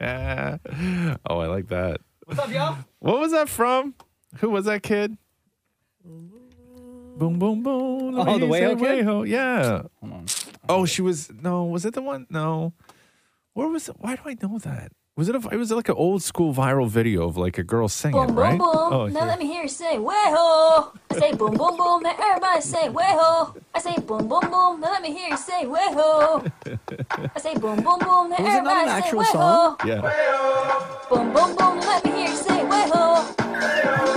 oh, I like that. What's up, y'all? What was that from? Who was that kid? Boom, boom, boom. Oh, the He said Wayo kid? Wayo. Yeah. Oh, she was no. Was it the one? No. Where was? it? Why do I know that? Was it? A, it was like an old school viral video of like a girl singing, Boom, boom, right? boom. Oh, now here. let me hear you say, way-ho. I say, boom, boom, boom. Now everybody say, way-ho. I say, boom, boom, boom. Now let me hear you say, way-ho. I say, boom, boom, boom. Now Was it not everybody an say, actual way-ho. song? Boom, boom, boom. Now let me hear you say, way-ho.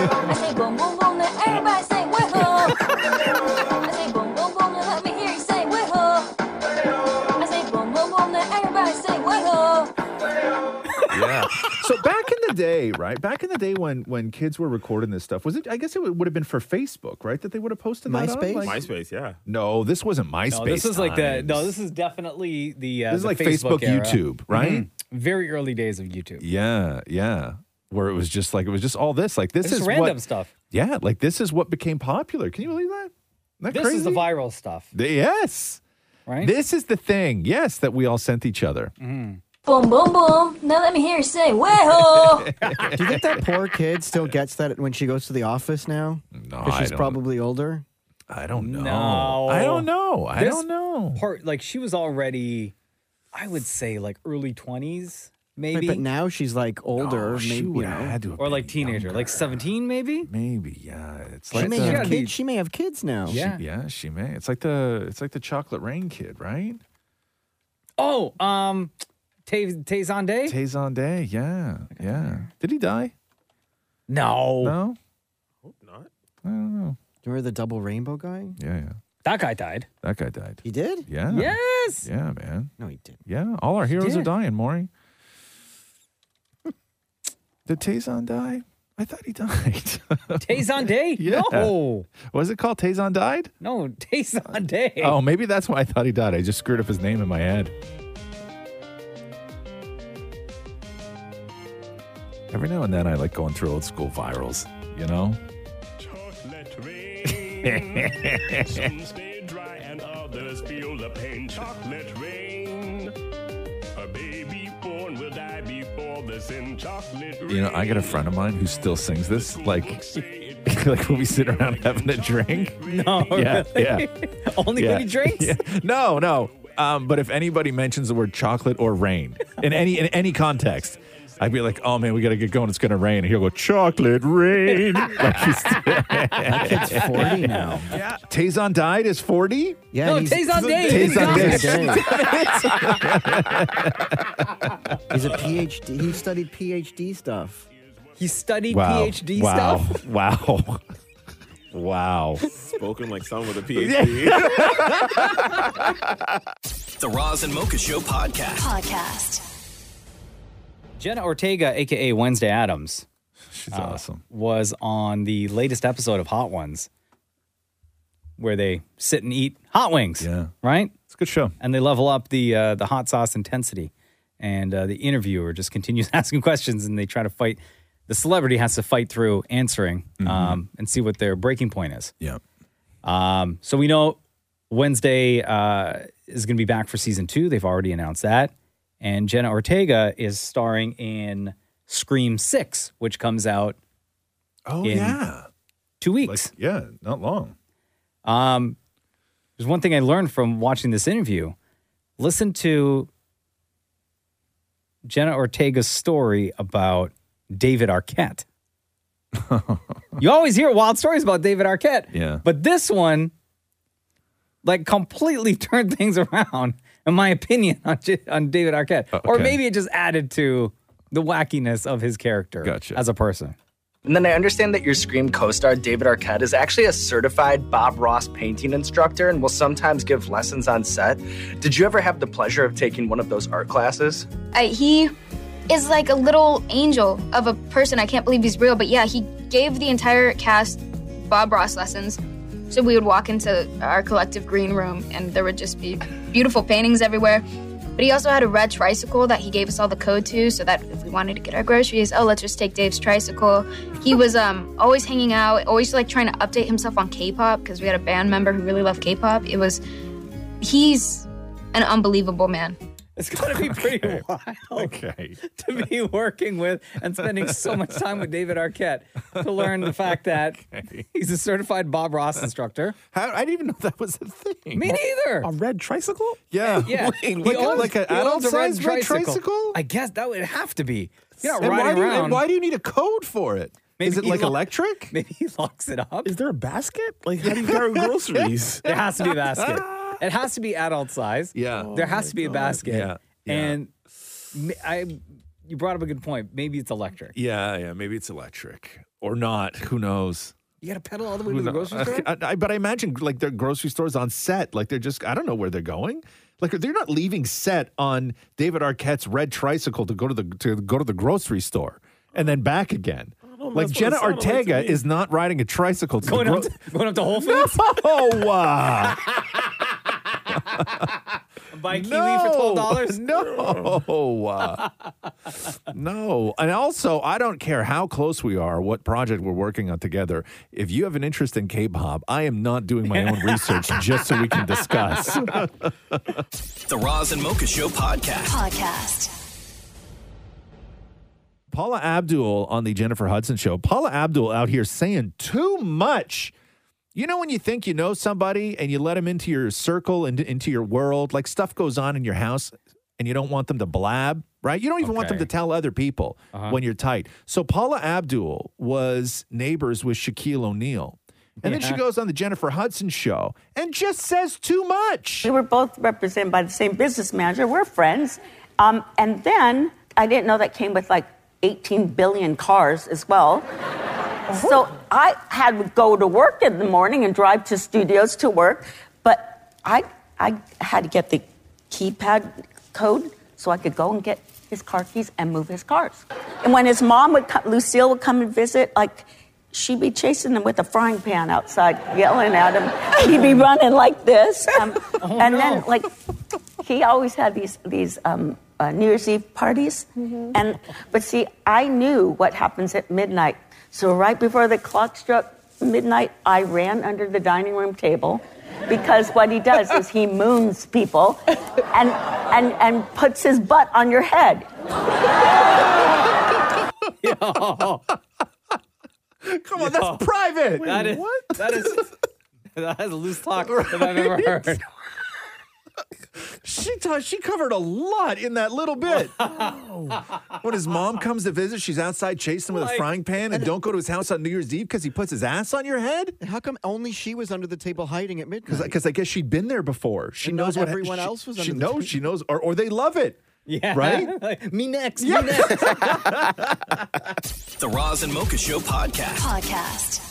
I say, boom, boom, boom. Now everybody say, way-ho. I say, boom, boom, boom. Now let me hear you say, way-ho. I say, boom, boom, boom. Now everybody say, way-ho. yeah. So back in the day, right? Back in the day when when kids were recording this stuff, was it? I guess it would have been for Facebook, right? That they would have posted that on? Like- MySpace, yeah. No, this wasn't MySpace. No, this is like the times. no. This is definitely the uh, This is the like Facebook, era. YouTube, right? Mhm. Very early days of YouTube. Yeah, yeah. Where it was just like it was just all this. Like this It's just is random what, stuff. Yeah, like this is what became popular. Can you believe that? Isn't that this is the crazy? viral stuff. Th- yes. Right? Mm-hmm. This is the thing. Yes, that we all sent each other. Boom, boom, boom. Now let me hear you say, whoa. Do you think that poor kid still gets that when she goes to the office now? No, I she's don't- probably older. I don't know. No. I don't know. I This don't know. Part like she was already, I would say like early twenties, maybe. but now she's like Oh, older. she maybe would you know. have had or like teenager, like seventeen, maybe. Maybe yeah. It's She like may, the- have kids, she may have kids now. She- yeah, she may. It's like the it's like the chocolate rain kid, right? Oh, um, Tayson Day. Tayson Day, yeah, yeah. Did he die? No. No. I don't know. Do you remember the double rainbow guy? Yeah, yeah. That guy died. That guy died. He did? Yeah. Yes. Yeah, man. No, he didn't. Yeah, all our heroes are did. dying, Maury. Did Tayson die? I thought he died. Tayson Day? yeah. No. Was it called Tayson died? No, Tayson Day. Oh, maybe that's why I thought he died. I just screwed up his name in my head. Every now and then I like going through old school virals, you know? Some stay dry and others feel the pain. Chocolate rain. A baby born will die before the sin. Chocolate rain. You know, I got a friend of mine who still sings this, like, like when we sit around having a drink. No, yeah, really? yeah. Only when he drinks? Yeah. No, no. Um, but if anybody mentions the word chocolate or rain in any in any context, I'd be like, "Oh man, we got to get going. It's gonna rain." And he'll go, "Chocolate rain." like he's That kid's 40 now. Yeah. Tazon died is forty. Yeah, No, he's- Tazon Day. He's Tazon Day. got it. He's a PhD. He studied PhD stuff. He studied Wow. PhD wow. stuff. Wow. Wow. Spoken like someone with a The Roz and Mocha Show podcast. Podcast. Jenna Ortega, aka Wednesday Adams, she's awesome, was on the latest episode of Hot Ones, where they sit and eat hot wings. Yeah, right. It's a good show, and they level up the uh, the hot sauce intensity. And uh, the interviewer just continues asking questions, and they try to fight. The celebrity has to fight through answering um, and see what their breaking point is. Mm-hmm. Yeah. Um, so we know Wednesday uh, is going to be back for season two. They've already announced that. And Jenna Ortega is starring in Scream 6, which comes out. Oh, in yeah. Two weeks. yeah, not long. Um, there's one thing I learned from watching this interview listen to Jenna Ortega's story about David Arquette. you always hear wild stories about David Arquette. Yeah. But this one, like, completely turned things around, in my opinion, on, J- on David Arquette. Uh, Or okay. maybe it just added to the wackiness of his character as a person. And then I understand that your Scream co star, David Arquette, is actually a certified Bob Ross painting instructor and will sometimes give lessons on set. Did you ever have the pleasure of taking one of those art classes? I, he is like a little angel of a person. I can't believe he's real, but yeah, he gave the entire cast Bob Ross lessons. So we would walk into our collective green room, and there would just be beautiful paintings everywhere. But he also had a red tricycle that he gave us all the code to, so that if we wanted to get our groceries, oh, let's just take Dave's tricycle. He was um, always hanging out, always like trying to update himself on K-pop because we had a band member who really loved K-pop. It was, he's an unbelievable man. It's got to be pretty wild to be working with and spending so much time with David Arquette to learn the fact that he's a certified Bob Ross instructor. How, I didn't even know that was a thing. Me neither. A red tricycle? Yeah. Yeah, Wait, He like, a- owns- like an he owns adult a red size red tricycle? I guess that would have to be. You're not and why riding do you, around. And why do you need a code for it? Is it he like lo- electric? Maybe he locks it up. Is there a basket? Like how do you carry groceries? There has to be a basket. It has to be adult size. Yeah. There has to be a basket. Yeah, yeah. And ma- I, you brought up a good point. Maybe it's electric. Yeah, yeah. Maybe it's electric or not. Who knows? You got to pedal all the way Who to the knows? grocery store. I, I- but I imagine like their grocery stores on set. Like they're just, I don't know where they're going. Like they're not leaving set on David Arquette's red tricycle to go to the to go to the grocery store and then back again. know, that's Like what it Jenna sounded like to Ortega me. is not riding a tricycle to Going the up, gro- to, going up to Whole Foods. No! Uh, Buy kiwi for twelve dollars. No. Uh, Oh, no. And also, I don't care how close we are, what project we're working on together. If you have an interest in K pop, I am not doing my own research just so we can discuss. The Roz and Mocha Show podcast. Podcast. Paula Abdul on the Jennifer Hudson show. Paula Abdul out here saying too much. You know when you think you know somebody and you let them into your circle and into your world, like stuff goes on in your house and you don't want them to blab, right? You don't even want them Okay. to tell other people Uh-huh. when you're tight. So Paula Abdul was neighbors with Shaquille O'Neal. And then she Yeah. goes on the Jennifer Hudson show and just says too much. We were both represented by the same business manager. We're friends. Um, and then I didn't know that came with like 18 billion cars as well. So I had to go to work in the morning and drive to studios to work. But I, I had to get the keypad code so I could go and get his car keys and move his cars. And when his mom would come, Lucille would come and visit, like, she'd be chasing him with a frying pan outside, yelling at him. He'd be running like this. Um, and then, like, he always had these, these um, uh, New Year's Eve parties. And, but see, I knew what happens at midnight. So right before the clock struck midnight, I ran under the dining room table because what he does is he moons people and, and, and puts his butt on your head. Come on, that's private. Oh. That is what? That is that is loose talk that I've ever heard. She t- she covered a lot in that little bit. when his mom comes to visit, she's outside chasing him with a Like- frying pan, and don't go to his house on New Year's Eve because he puts his ass on your head. How come only she was under the table hiding at midnight? Because I guess she'd been there before. She And not knows what everyone she, else was She under the knows. She knows, or or they love it. Yeah. Right. Like, me next. Yeah. Me next. The Roz and Mocha Show podcast. Podcast.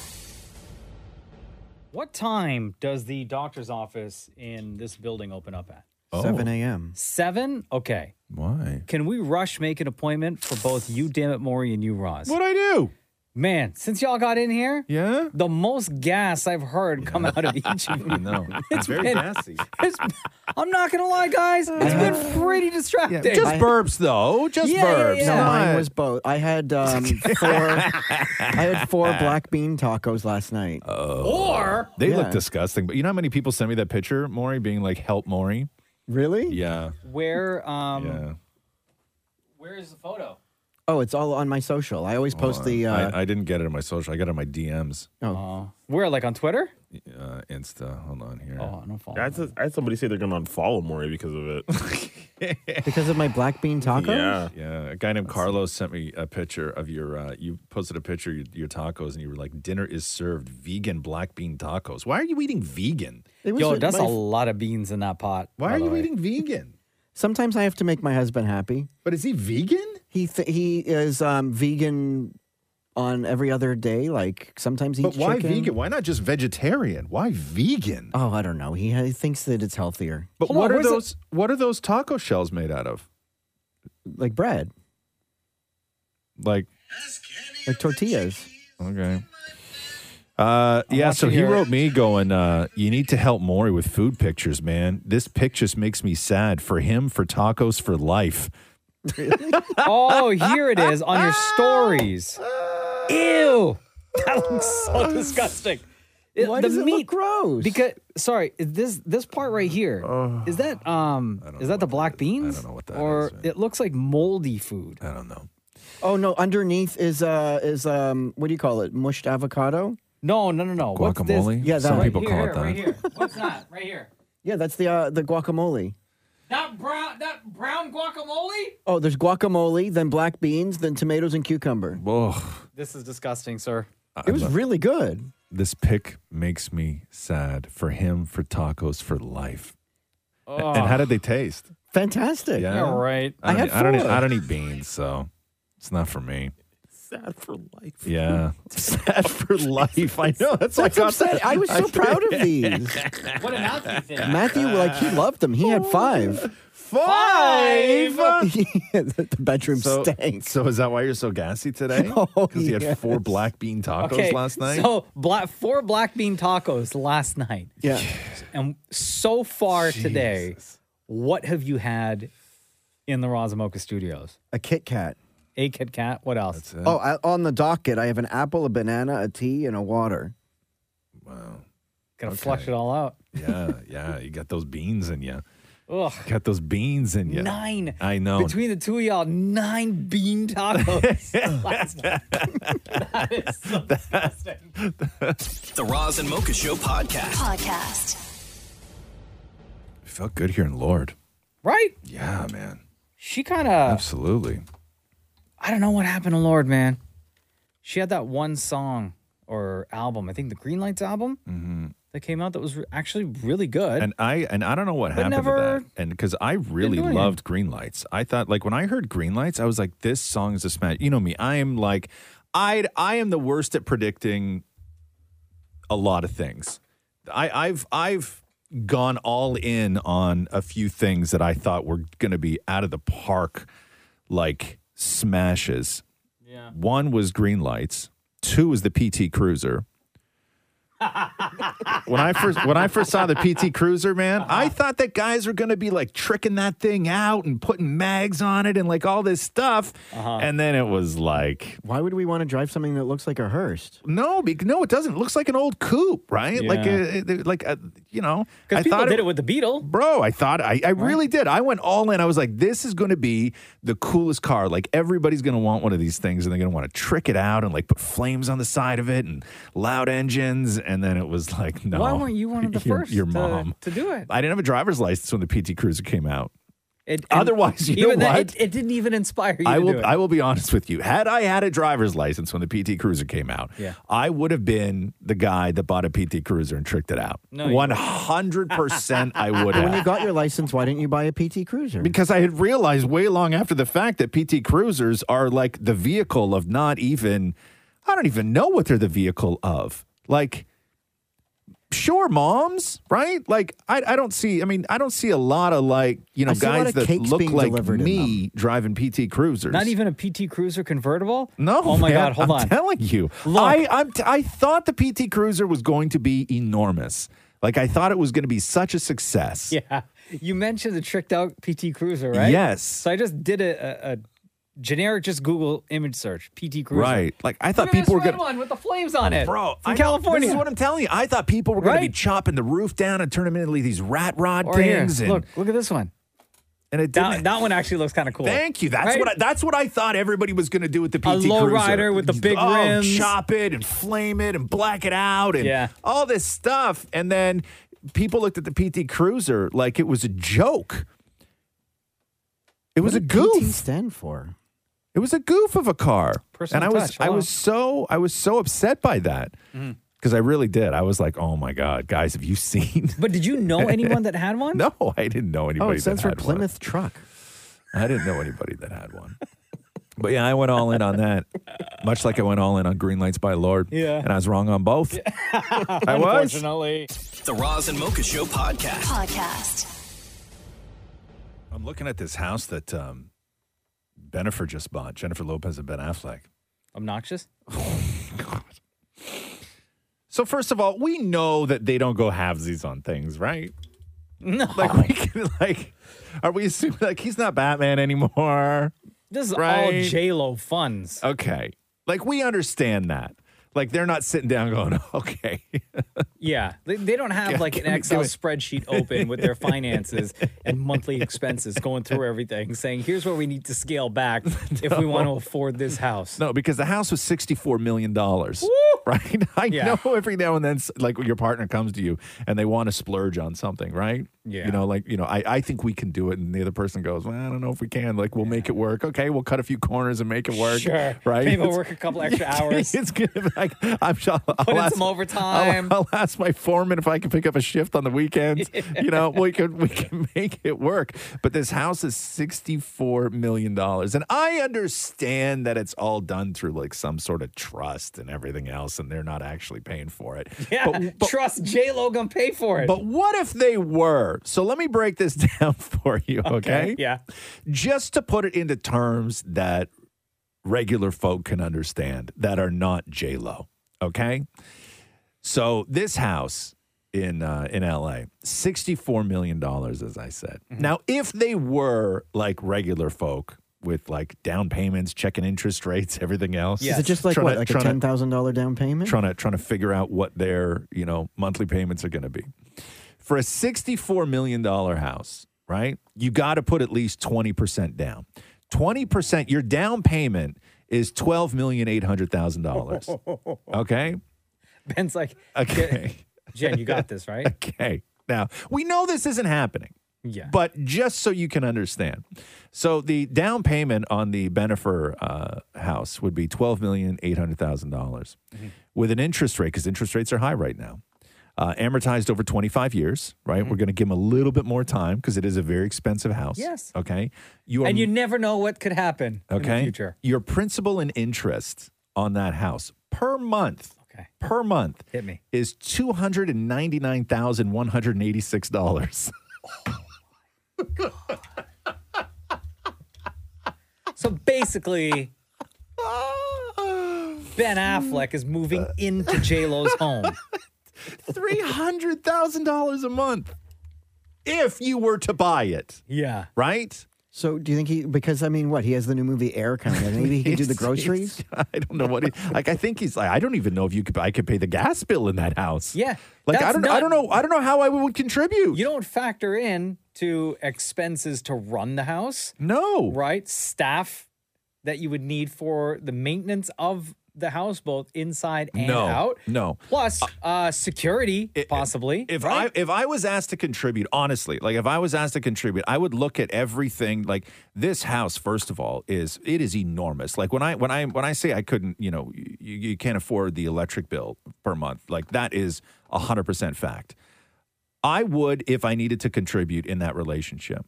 What time does the doctor's office in this building open up at? 7 a.m. Seven? Okay. Oh. Why? Can we rush make an appointment for both you, damn it, Maury, and you, Roz? What'd I do? Man, since y'all got in here, yeah, the most gas I've heard come out of each of you. I know. It's Very been- gassy. it's- I'm not gonna lie, guys. It's been pretty distracting. burps though. just Yeah, yeah, burps. yeah. No, Come on. mine was both. I had um, four. I had four black bean tacos last night. Or Oh. They Yeah. look disgusting. But you know how many people sent me that picture, Maury, being like, "Help, Maury." Really? Yeah. Where um Yeah. where is the photo? Oh, it's all on my social. I always post the. Oh, Uh, I, I didn't get it in my social. I got it in my DMs. Oh. Where? Like on Twitter? Uh, Insta. Hold on here. Oh, I don't follow. I had, to- I had somebody say they're going to unfollow Maury because of it. because of my black bean tacos. Yeah, yeah. A guy named Carlos sent me a picture of your. Uh, you posted a picture of your, your tacos, and you were like, "Dinner is served vegan black bean tacos." Why are you eating vegan? It was Yo, a- that's my- a lot of beans in that pot. Why by are the you way. eating vegan? Sometimes I have to make my husband happy. But is he vegan? He th- he is um, vegan on every other day. Like sometimes he. But why vegan? Why not just vegetarian? Why vegan? Oh, I don't know. He, ha- he thinks that it's healthier. But what are those? What are those taco shells made out of? Like bread, Like like tortillas. okay. Uh, yeah, want so to he hear it. wrote me going, uh, you need to help Maury with food pictures, man. This pic just makes me sad for him, for tacos, for life. oh, here it is on your Ah! stories. Ew. That looks so disgusting. It- Why the does it look meat, gross? Because sorry, is this this part right here is that um is that the black beans? I don't know what that or it looks like moldy food. I don't know. Oh no! Underneath is uh is um what do you call it? Mushed avocado? No, no, no, no. What's this? Guacamole? Yeah, that some one. people Right call it that. here, right here. What's that right here? Yeah, that's the uh, the guacamole. That brown that brown guacamole? Oh, there's guacamole, then black beans, then tomatoes and cucumber. Whoa. This is disgusting, sir. It was really good. This pic makes me sad for him, for tacos, for life. A- And how did they taste? Fantastic. Yeah, I I, don't, had eat- I, don't eat, four. I don't eat beans, so it's not for me. Sad for life. Yeah, sad for life. I know. That's, That's upsetting. I was so proud of these. What did Matthew think? Matthew, like he loved them. He had five. Five. Yeah, the the bedroom So, stank. so is that why you're so gassy today? Because he had four black bean tacos Okay, last night. So black four black bean tacos last night. Yeah. And so far today, what have you had in the Razamoka Studios. A Kit Kat. A Kit Kat. What else? Oh, I, on the docket, I have an apple, a banana, a tea, and a water. Gotta flush it all out. Yeah, yeah. You got those beans in you. Ugh. Got those beans in you. Nine. I know. Between the two of y'all, nine bean tacos. last night. that is so disgusting. The Roz and Mocha Show podcast. Podcast. It felt good here in Lord. Right? Yeah, man. She kind of, Absolutely. I don't know what happened to Lord, man. She had that one song or album, I think the Green Lights album that came out that was re- actually really good. Mm-hmm. And I and I don't know what But happened never to that. And because I really do anything. loved Green Lights, I thought like when I heard Green Lights, I was like, this song is a smash. You know me, I am like, I I am the worst at predicting a lot of things. I, I've I've gone all in on a few things that I thought were going to be out of the park, like smashes. Yeah. One was Green Lights. Two was the PT Cruiser when I first when I first saw the PT Cruiser, man, Uh-huh. I thought that guys were going to be like tricking that thing out and putting mags on it and like all this stuff. Uh-huh. And then it was like, Why would we want to drive something that looks like a hearse? no, be, no, it doesn't. It looks like an old coupe, right? Like, Yeah. a, a- like a, you know, 'Cause people did it with the Beetle, bro. I thought I, I really did. I went all in. I was like, this is going to be the coolest car. Like everybody's going to want one of these things, and they're going to want to trick it out and like put flames on the side of it and loud engines. And then it was like, no, Why weren't you one of the your, first Your to- mom to do it? I didn't have a driver's license when the PT Cruiser came out. It, and Otherwise, you even know then, what? It, it didn't even inspire you I to will. do it. I will be honest with you. Had I had a driver's license when the PT Cruiser came out, Yeah. I would have been the guy that bought a PT Cruiser and tricked it out. No, you One hundred percent, I would When have. you got your license, why didn't you buy a PT Cruiser? Because I had realized way long after the fact that PT Cruisers are like the vehicle of not even, I don't even know what they're the vehicle of. Like, sure, moms, right? Like, I, I don't see, I mean, I don't see a lot of like, you know, I see a lot guys of that cakes look being like delivered in me driving PT Cruisers. Not even a PT Cruiser convertible? No. Oh my man, God, hold I'm on. telling you. I I'm t- I thought the PT Cruiser was going to be enormous. Like I thought it was going to be such a success. Yeah. You mentioned the tricked out PT Cruiser, right? Yes. So I just did a, a, a generic just Google image search, PT Cruiser. Right. Like I thought Look at people were this red going one with the flames on it. Bro, from I know- California. this is what I'm telling you. I thought people were going to be Right. chopping the roof down and turning them into these rat rod Or here. things. and- Look, look at this one. And it that, didn't- that one actually looks kind of cool. Thank you. That's Right? what I, that's what I thought everybody was going to do with the PT A low Cruiser. rider with the big oh, rims. Chop it and flame it and black it out and Yeah. all this stuff. And then people looked at the PT Cruiser like it was a joke. It was a goof. stand for? It was a goof of a car. and Personal I was touch, I hello. was so I was so upset by that Mm-hmm. because I really did. I was like, oh my god, guys, have you seen? But did you know anyone that had one? no, I didn't know anybody. Oh, it that stands for had one. Plymouth Truck. I didn't know anybody that had one. But yeah, I went all in on that, much like I went all in on Green Lights by Lord. Yeah. And I was wrong on both. I was. Unfortunately. The Roz and Mocha Show podcast. Podcast. I'm looking at this house that um, Benifer just bought, Jennifer Lopez and Ben Affleck. Oh Obnoxious? So, first of all, we know that they don't go halvesies on things, right? No. Like, we- like are we assuming, like, he's not Batman anymore? This is all Right. J Lo funds. Okay. Like, we understand that. Like, they're not sitting down going, okay. Yeah, they, they don't have Yeah, like an give me- Excel give me- spreadsheet open with their finances and monthly expenses going through everything, saying here's where we need to scale back if we want to afford this house. No, because the house was $64 million, right? I know every now and then, s- like your partner comes to you and they want to splurge on something, right? Yeah. You know, like, you know, I, I think we can do it. And the other person goes, well, I don't know if we can. Like, we'll make it work. Okay, we'll cut a few corners and make it work. Sure. Right? Maybe we'll It's- work a couple extra hours. It's good. Like, I'm sure. I'll Put in ask- some overtime. I'll, I'll ask my foreman if I can pick up a shift on the weekends. you know, we can we can make it work. But this house is sixty-four million dollars, and I understand that it's all done through like some sort of trust and everything else, and they're not actually paying for it. Yeah, But trust J Lo gonna pay for it. but what if they were? So let me break this down for you, okay? Yeah. Just to put it into terms that regular folk can understand that are not J Lo. Okay. So this house in uh, in LA. Sixty-four million dollars, as I said. Now, if they were like regular folk with like down payments, checking interest rates, everything else, Is it just like trying what, to- like a trying to- ten thousand dollar down payment? Trying to trying to figure out what their you know monthly payments are going to be for a sixty-four million dollar house, right? You got to put at least twenty percent down. Twenty percent, your down payment is twelve million eight hundred thousand dollars. Okay, Ben's like, okay, Jen, you got this, right? okay. Now we know this isn't happening. Yeah. But just so you can understand, so the down payment on the Benefer uh, house would be twelve million eight hundred thousand dollars, with an interest rate because interest rates are high right now. Uh, amortized over 25 years, right? We're going to give them a little bit more time because it is a very expensive house. Yes. Okay. You are and you never know what could happen in the okay. future. Your principal and interest on that house per month, okay, per month, Hit me. is two hundred and ninety nine thousand one hundred and eighty six dollars. So basically, Ben Affleck is moving into J Lo's home. Three hundred thousand dollars a month if you were to buy it. Yeah. Right? So do you think he because I mean what, he has the new movie Air coming. out. Maybe he can do the It's- groceries? I don't know what. He, like I think he's like I don't even know if you could. I could pay the gas bill in that house. Yeah. Like I that's don't. not- I don't know. I don't know how I would contribute. You don't factor in to expenses to run the house. No. Right? Staff that you would need for the maintenance of the house, both inside and No. out. No. Plus uh, security, possibly. If right? I if I was asked to contribute, honestly, like if I was asked to contribute, I would look at everything. Like this house, first of all, is it is enormous. Like when I when I when I say I couldn't, you know, you, you can't afford the electric bill per month. Like that is hundred percent fact. I would if I needed to contribute in that relationship.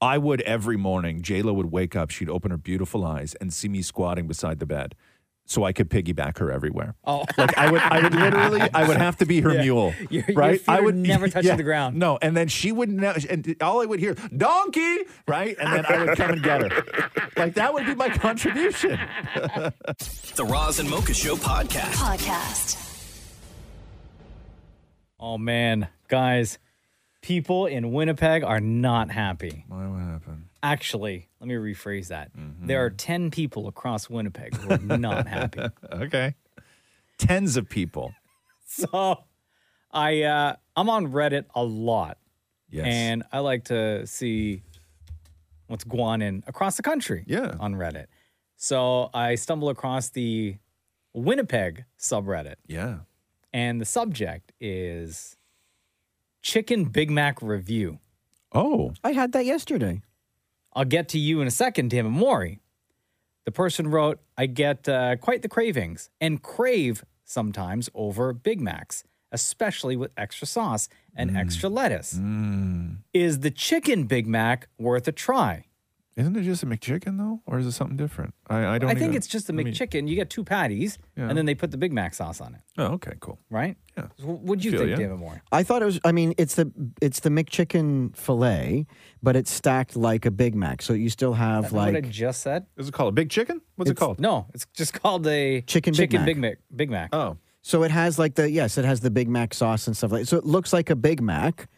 I would every morning. Jayla would wake up. She'd open her beautiful eyes and see me squatting beside the bed, so I could piggyback her everywhere. Oh, like I would, I would literally, I would have to be her Yeah. mule, Your- your right? feet I are would never touching the ground. No, and then she would, ne- and all I would hear, donkey, right? And then I would come and get her. Like that would be my contribution. The Roz and Mocha Show podcast. Podcast. Oh man, guys, people in Winnipeg are not happy. Why what happened? Mm-hmm. Actually, let me rephrase that. There are 10 people across Winnipeg who are not happy. okay. Tens of people. So, I uh I'm on Reddit a lot. Yes. And I like to see what's going on across the country. Yeah. On Reddit. So, I stumble across the Winnipeg subreddit. Yeah. And the subject is chicken Big Mac review. Oh. I had that yesterday. I'll get to you in a second, Tim and Maury. The person wrote, I get uh, quite the cravings and crave sometimes over Big Macs, especially with extra sauce and Mm. extra lettuce. Is the chicken Big Mac worth a try? Isn't it just a McChicken though, or is it something different? I, I I, don't. think even- it's just the I mean- McChicken. You get two patties, Yeah. and then they put the Big Mac sauce on it, Oh, okay, cool. right? Yeah. What'd you Feel think, ya. David Moore? I thought it was. I mean, it's the it's the McChicken fillet, but it's stacked like a Big Mac, so you still have That's not what I like just said. Is it called a Big Chicken? What's it It's- called? No, it's just called a Chicken Big chicken Mac. Big Mac. Big Mac. Oh, so it has like the yes, it has the Big Mac sauce and stuff like. So it looks like a Big Mac,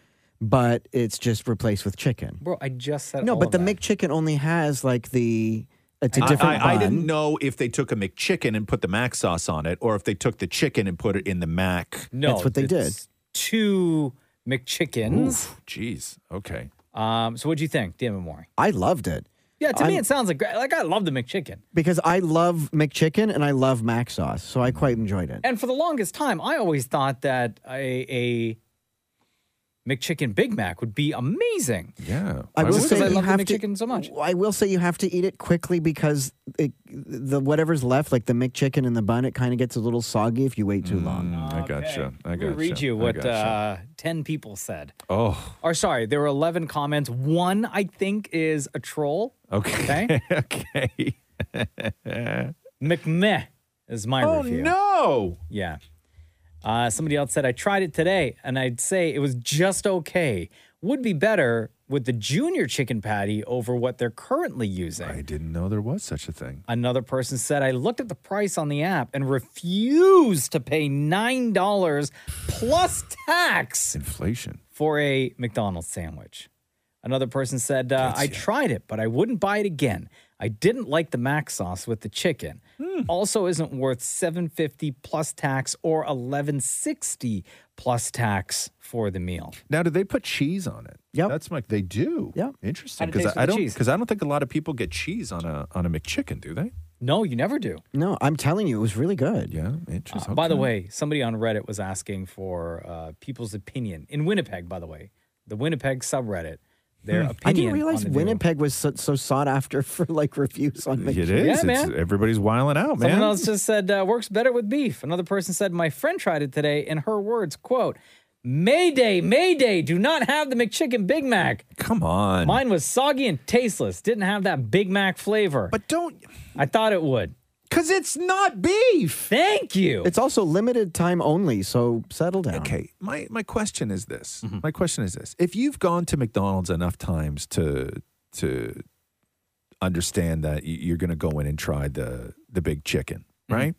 but it's just replaced with chicken. bro, I just said No, all but of the that. McChicken only has like the it's a I- different I, I bun. didn't know if they took a McChicken and put the mac sauce on it, or if they took the chicken and put it in the mac. No, That's what they did. it's- two McChickens. Oof, Jeez. Okay. Um, so what'd you think, Damon Mori? I loved it Yeah, to me I'm- it sounds like like I love the McChicken, because I love McChicken and I love mac sauce, so I quite enjoyed it. and for the longest time I always thought that a, a McChicken Big Mac would be amazing. Yeah, I will because say I you love the have to- McChicken so much. I will say you have to eat it quickly because it, the whatever's left, like the McChicken and the bun, it kind of gets a little soggy if you wait too long. Mm, I gotcha. I Let me gotcha. read you I what gotcha. uh, ten people said. Oh, Or sorry, there were eleven comments. One I think is a troll. okay. Okay. McMeh is my Oh, review. no. Yeah. Uh, somebody else said I tried it today, and I'd say it was just okay. would be better with the junior chicken patty over what they're currently using. I didn't know there was such a thing. Another person said, I looked at the price on the app and refused to pay $9 plus tax Inflation. for a McDonald's sandwich. Another person said, uh, I tried it, but I wouldn't buy it again. I didn't like the mac sauce with the chicken. Hmm. Also isn't worth 750 plus tax or 1160 plus tax for the meal. Now, do they put cheese on it? Yeah, that's my. They do. Yeah, interesting. How'd it Because taste I, I with the don't. cheese? Because I don't think a lot of people get cheese on a on a McChicken, do they? No, you never do. No, I'm telling you, it was really good. Yeah, interesting. Uh, By the way, somebody on Reddit was asking for uh, people's opinion in Winnipeg. By the way, the Winnipeg subreddit, their opinion. Hmm. I didn't realize on the new- Winnipeg was so, so sought after for like reviews on It McDonald's. is. Yeah, it's, uh, man. Everybody's wiling out, man. Someone else just said uh, works better with beef. Another person said my friend tried it today. In her words, quote, "Mayday, Mayday! Do not have the McChicken Big Mac. Come on, mine was soggy and tasteless. Didn't have that Big Mac flavor. But don't. I thought it would. Because it's not beef. Thank you. It's also limited time only, so settle down. Okay. My my question is this. Mm-hmm. My question is this. If you've gone to McDonald's enough times to to understand that y- you're going to go in and try the the big chicken, Mm-hmm. right?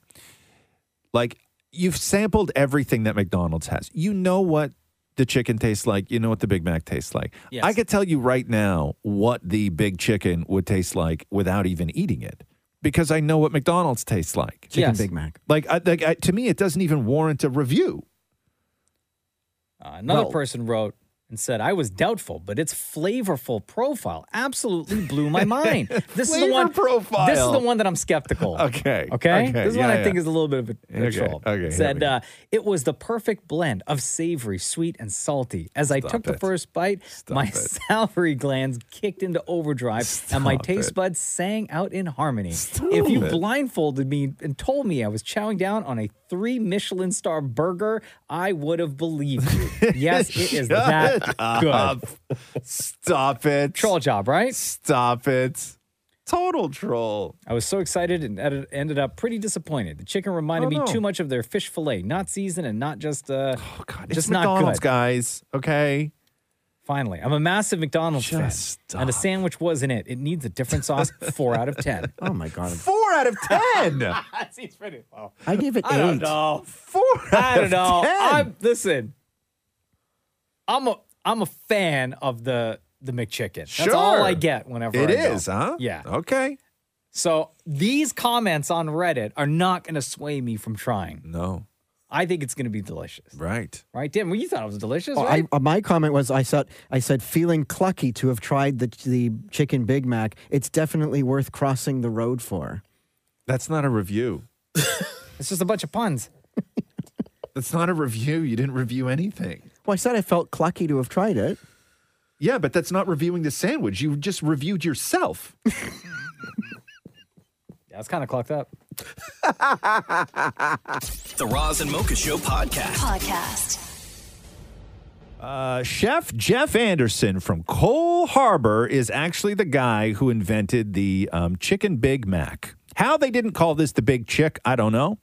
Like you've sampled everything that McDonald's has. You know what the chicken tastes like. You know what the Big Mac tastes like. I could tell you right now what the big chicken would taste like without even eating it because I know what McDonald's tastes like. Chicken Yes. Big Mac. Like, I, like I, to me, it doesn't even warrant a review. Uh, another Well- person wrote and said, I was doubtful, but its flavorful profile absolutely blew my mind. This is the Flavor one profile. This is the one that I'm skeptical. of. Okay. Okay. okay, This one yeah, I yeah. think is a little bit of a a Okay, troll. okay, hit Said me. uh, it was the perfect blend of savory, sweet, and salty. As I Stop took the it. first bite, my it. salivary glands kicked into overdrive, and my Stop taste it. buds sang out in harmony. if you it. blindfolded me and told me I was chowing down on a three Michelin star burger, I would have believed you. Yes, it is that Shut good. up. Stop it. Troll job, right? Stop it. Total troll. I was so excited and ed- ended up pretty disappointed. The chicken reminded Oh, me no. Oh, too much of their fish fillet, not seasoned and not just uh, just it's not McDonald's, good. guys. Okay. Finally, I'm a massive McDonald's fan, and a sandwich wasn't it. It needs a different sauce. Four out of ten. Oh my god, four out of ten. Seems pretty low. I gave it I don't eight. know. Four. I out don't of know. 10. I'm listen. I'm a I'm a fan of the the McChicken. That's all Sure. I get whenever It I go. is, huh? Yeah. Okay. So these comments on Reddit are not going to sway me from trying. No. I think it's going to be delicious. Right. Right, Tim. Well, you thought it was delicious, Oh, right? I, uh, my comment was I said I said feeling clucky to have tried the the chicken Big Mac. It's definitely worth crossing the road for. That's not a review. it's just a bunch of puns. That's not a review. You didn't review anything. Well, I said I felt clucky to have tried it. Yeah, but that's not reviewing the sandwich. You just reviewed yourself. yeah, it's kind of clocked up. The Roz and Mocha Show podcast. Podcast. Uh, Chef Jeff Anderson from Cole Harbor is actually the guy who invented the um, Chicken Big Mac. How they didn't call this the Big Chick, I don't know.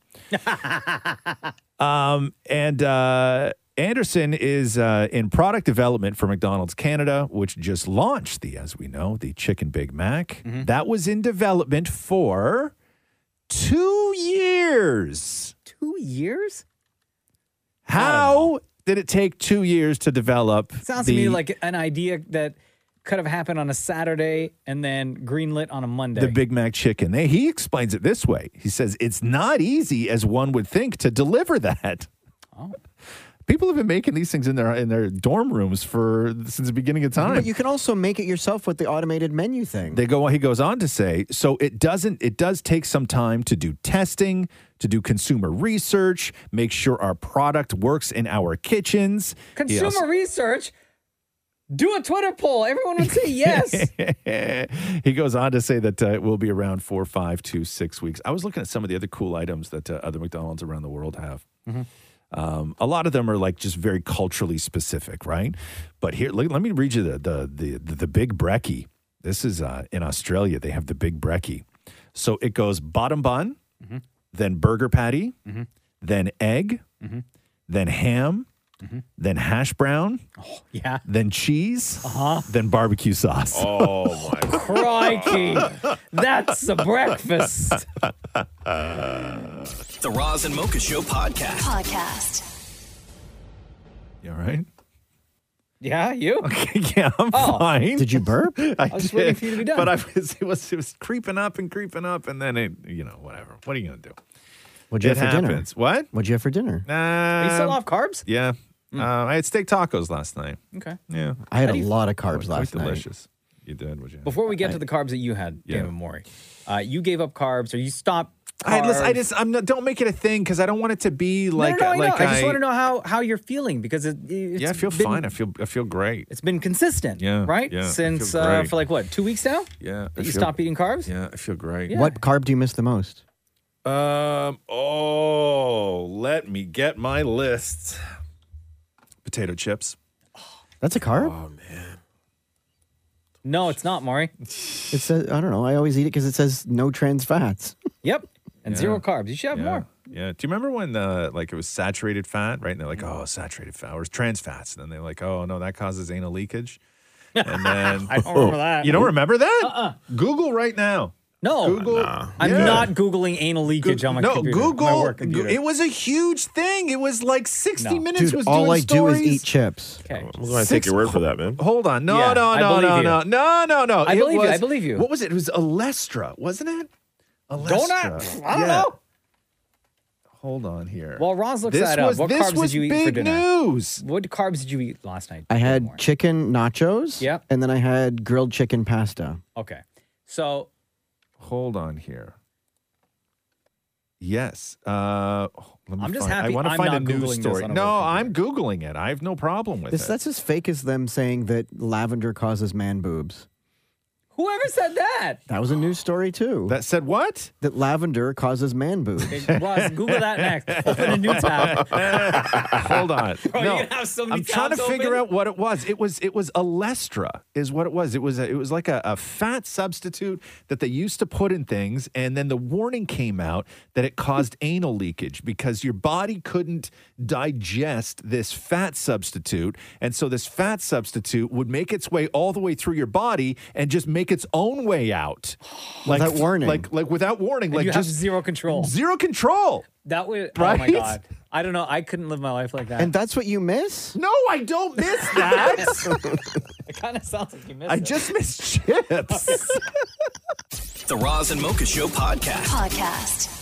um, and uh, Anderson is uh, in product development for McDonald's Canada, which just launched the, as we know, the Chicken Big Mac. Mm-hmm. That was in development for two years. Two years? How did it take two years to develop? Sounds the- to me like an idea that could have happened on a Saturday and then greenlit on a Monday. The Big Mac chicken. They, he explains it this way. He says it's not easy as one would think to deliver that. People have been making these things in their in their dorm rooms for since the beginning of time. But you can also make it yourself with the automated menu thing. They go. He goes on to say, so it doesn't. It does take some time to do testing, to do consumer research, make sure our product works in our kitchens. He Consumer also- research. Do a Twitter poll. Everyone would say yes. he goes on to say that uh, it will be around four, five to six weeks. I was looking at some of the other cool items that uh, other McDonald's around the world have. Um, a lot of them are like just very culturally specific, right? But here, let, let me read you the the the the, the big brekkie. This is uh, in Australia. They have the big brekkie. So it goes bottom bun, Mm-hmm. Mm-hmm. then burger patty, then egg, then ham, then hash brown, Oh, yeah, then cheese, uh-huh. then barbecue sauce. Oh, my Crikey. That's a breakfast. The Roz and Mocha Show podcast. Podcast. You all right? Yeah, you? Okay, yeah, I'm Oh. fine. Did you burp? I, I was just waiting did, for you to be done. But I was, it was it was creeping up and creeping up, and then it, you know, whatever. What are you gonna do? What'd you it have for dinner? happens. What? What'd you have for dinner? Nah. you still off carbs? Hmm. Yeah. Uh, I had steak tacos last night. Okay. Yeah. I had How a do you- lot of carbs last night. delicious. You did, would you? Before we get to the carbs that you had, Yeah. David Mori, uh, you gave up carbs or you stopped. I, listen, I carbs. just I'm not, don't make it a thing because I don't want it to be No, like no, no, I, know. like I just want to know how, how you're feeling because it, it's yeah, I feel been- fine. I feel I feel great. It's been consistent. Yeah, Right? yeah, I feel Since uh, great. for like what, two weeks now? Yeah, I That you feel- stopped eating carbs? Yeah, I feel great. What carb do you miss the most? Um. Oh, let me get my list. Potato chips. That's a carb? Oh, No, it's not, Maury. It says, I don't know. I always eat it because it says no trans fats. Yep. And Yeah. zero carbs. You should have yeah. more. Yeah. Do you remember when uh, like it was saturated fat, right? And they're like, Mm. oh, saturated fat, or it's trans fats, and then they're like, oh no, that causes anal leakage. And then I don't remember that. Uh-uh. You don't remember that? Google right now. No. Google. I'm Yeah. not Googling anal leakage on my no, computer. Google. My work Go- computer. It was a huge thing. It was like 60 No. minutes Dude, was all doing I do is stories. eat chips. Okay. I'm going to take Six- your word for that, man. Hold on. No, Yeah, no, I no, believe no, you. no, no, no, no. I It believe you, was- I believe you. What was it? It was Alestra, wasn't it? Alestra. Don't I- I don't know. Hold on here. While Roz looks This that up, was- what this carbs was did you eat for big dinner? news. What carbs did you eat last night? I had chicken nachos. Yep. And then I had grilled chicken pasta. Okay. So Hold on here. Yes. Uh, let me I'm just find, I happy want to I'm find not a news Googling this story. on a no, work I'm Googling it. I have no problem with This, it. that's as fake as them saying that lavender causes man boobs. whoever said that? That was a news story, too. That said what? That lavender causes man boobs. Hey, Roz, Google that next. Open a new tab. Hold on. Bro, no, you're gonna have so many I'm trying to tabs figure open. out what it was. It was it was Alestra is what it was. It was a, it was like a, a fat substitute that they used to put in things, and then the warning came out that it caused anal leakage because your body couldn't digest this fat substitute, and so this fat substitute would make its way all the way through your body and just make its own way out, Without warning. like like without warning, And like you have just zero control. zero control. That was oh my Right? god. I don't know. I couldn't live my life like that. and that's what you miss? No, I don't miss that. it kind of sounds like you missed I it. just miss chips. The Roz and Mocha Show podcast. Podcast.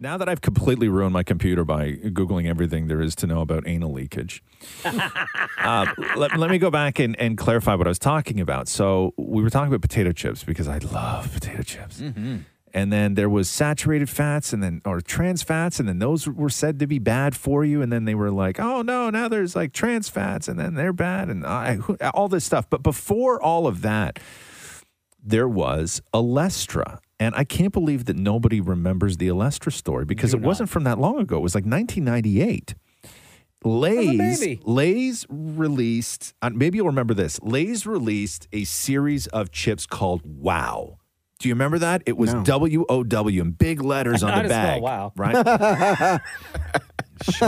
Now that I've completely ruined my computer by Googling everything there is to know about anal leakage, uh, let, let me go back and, and clarify what I was talking about. So, we were talking about potato chips because I love potato chips. And then there was saturated fats and then, or trans fats, and then those were said to be bad for you. And then they were like, oh no, now there's like trans fats and then they're bad and I, who- all this stuff. But before all of that, there was Alestra. And I can't believe that nobody remembers the Alestra story because it wasn't from that long ago. It was like 1998. Lay's baby. Lay's released uh, maybe you'll remember this. Lay's released a series of chips called Wow. Do you remember that? It was No. W O W in big letters I know on the how to spell bag. wow.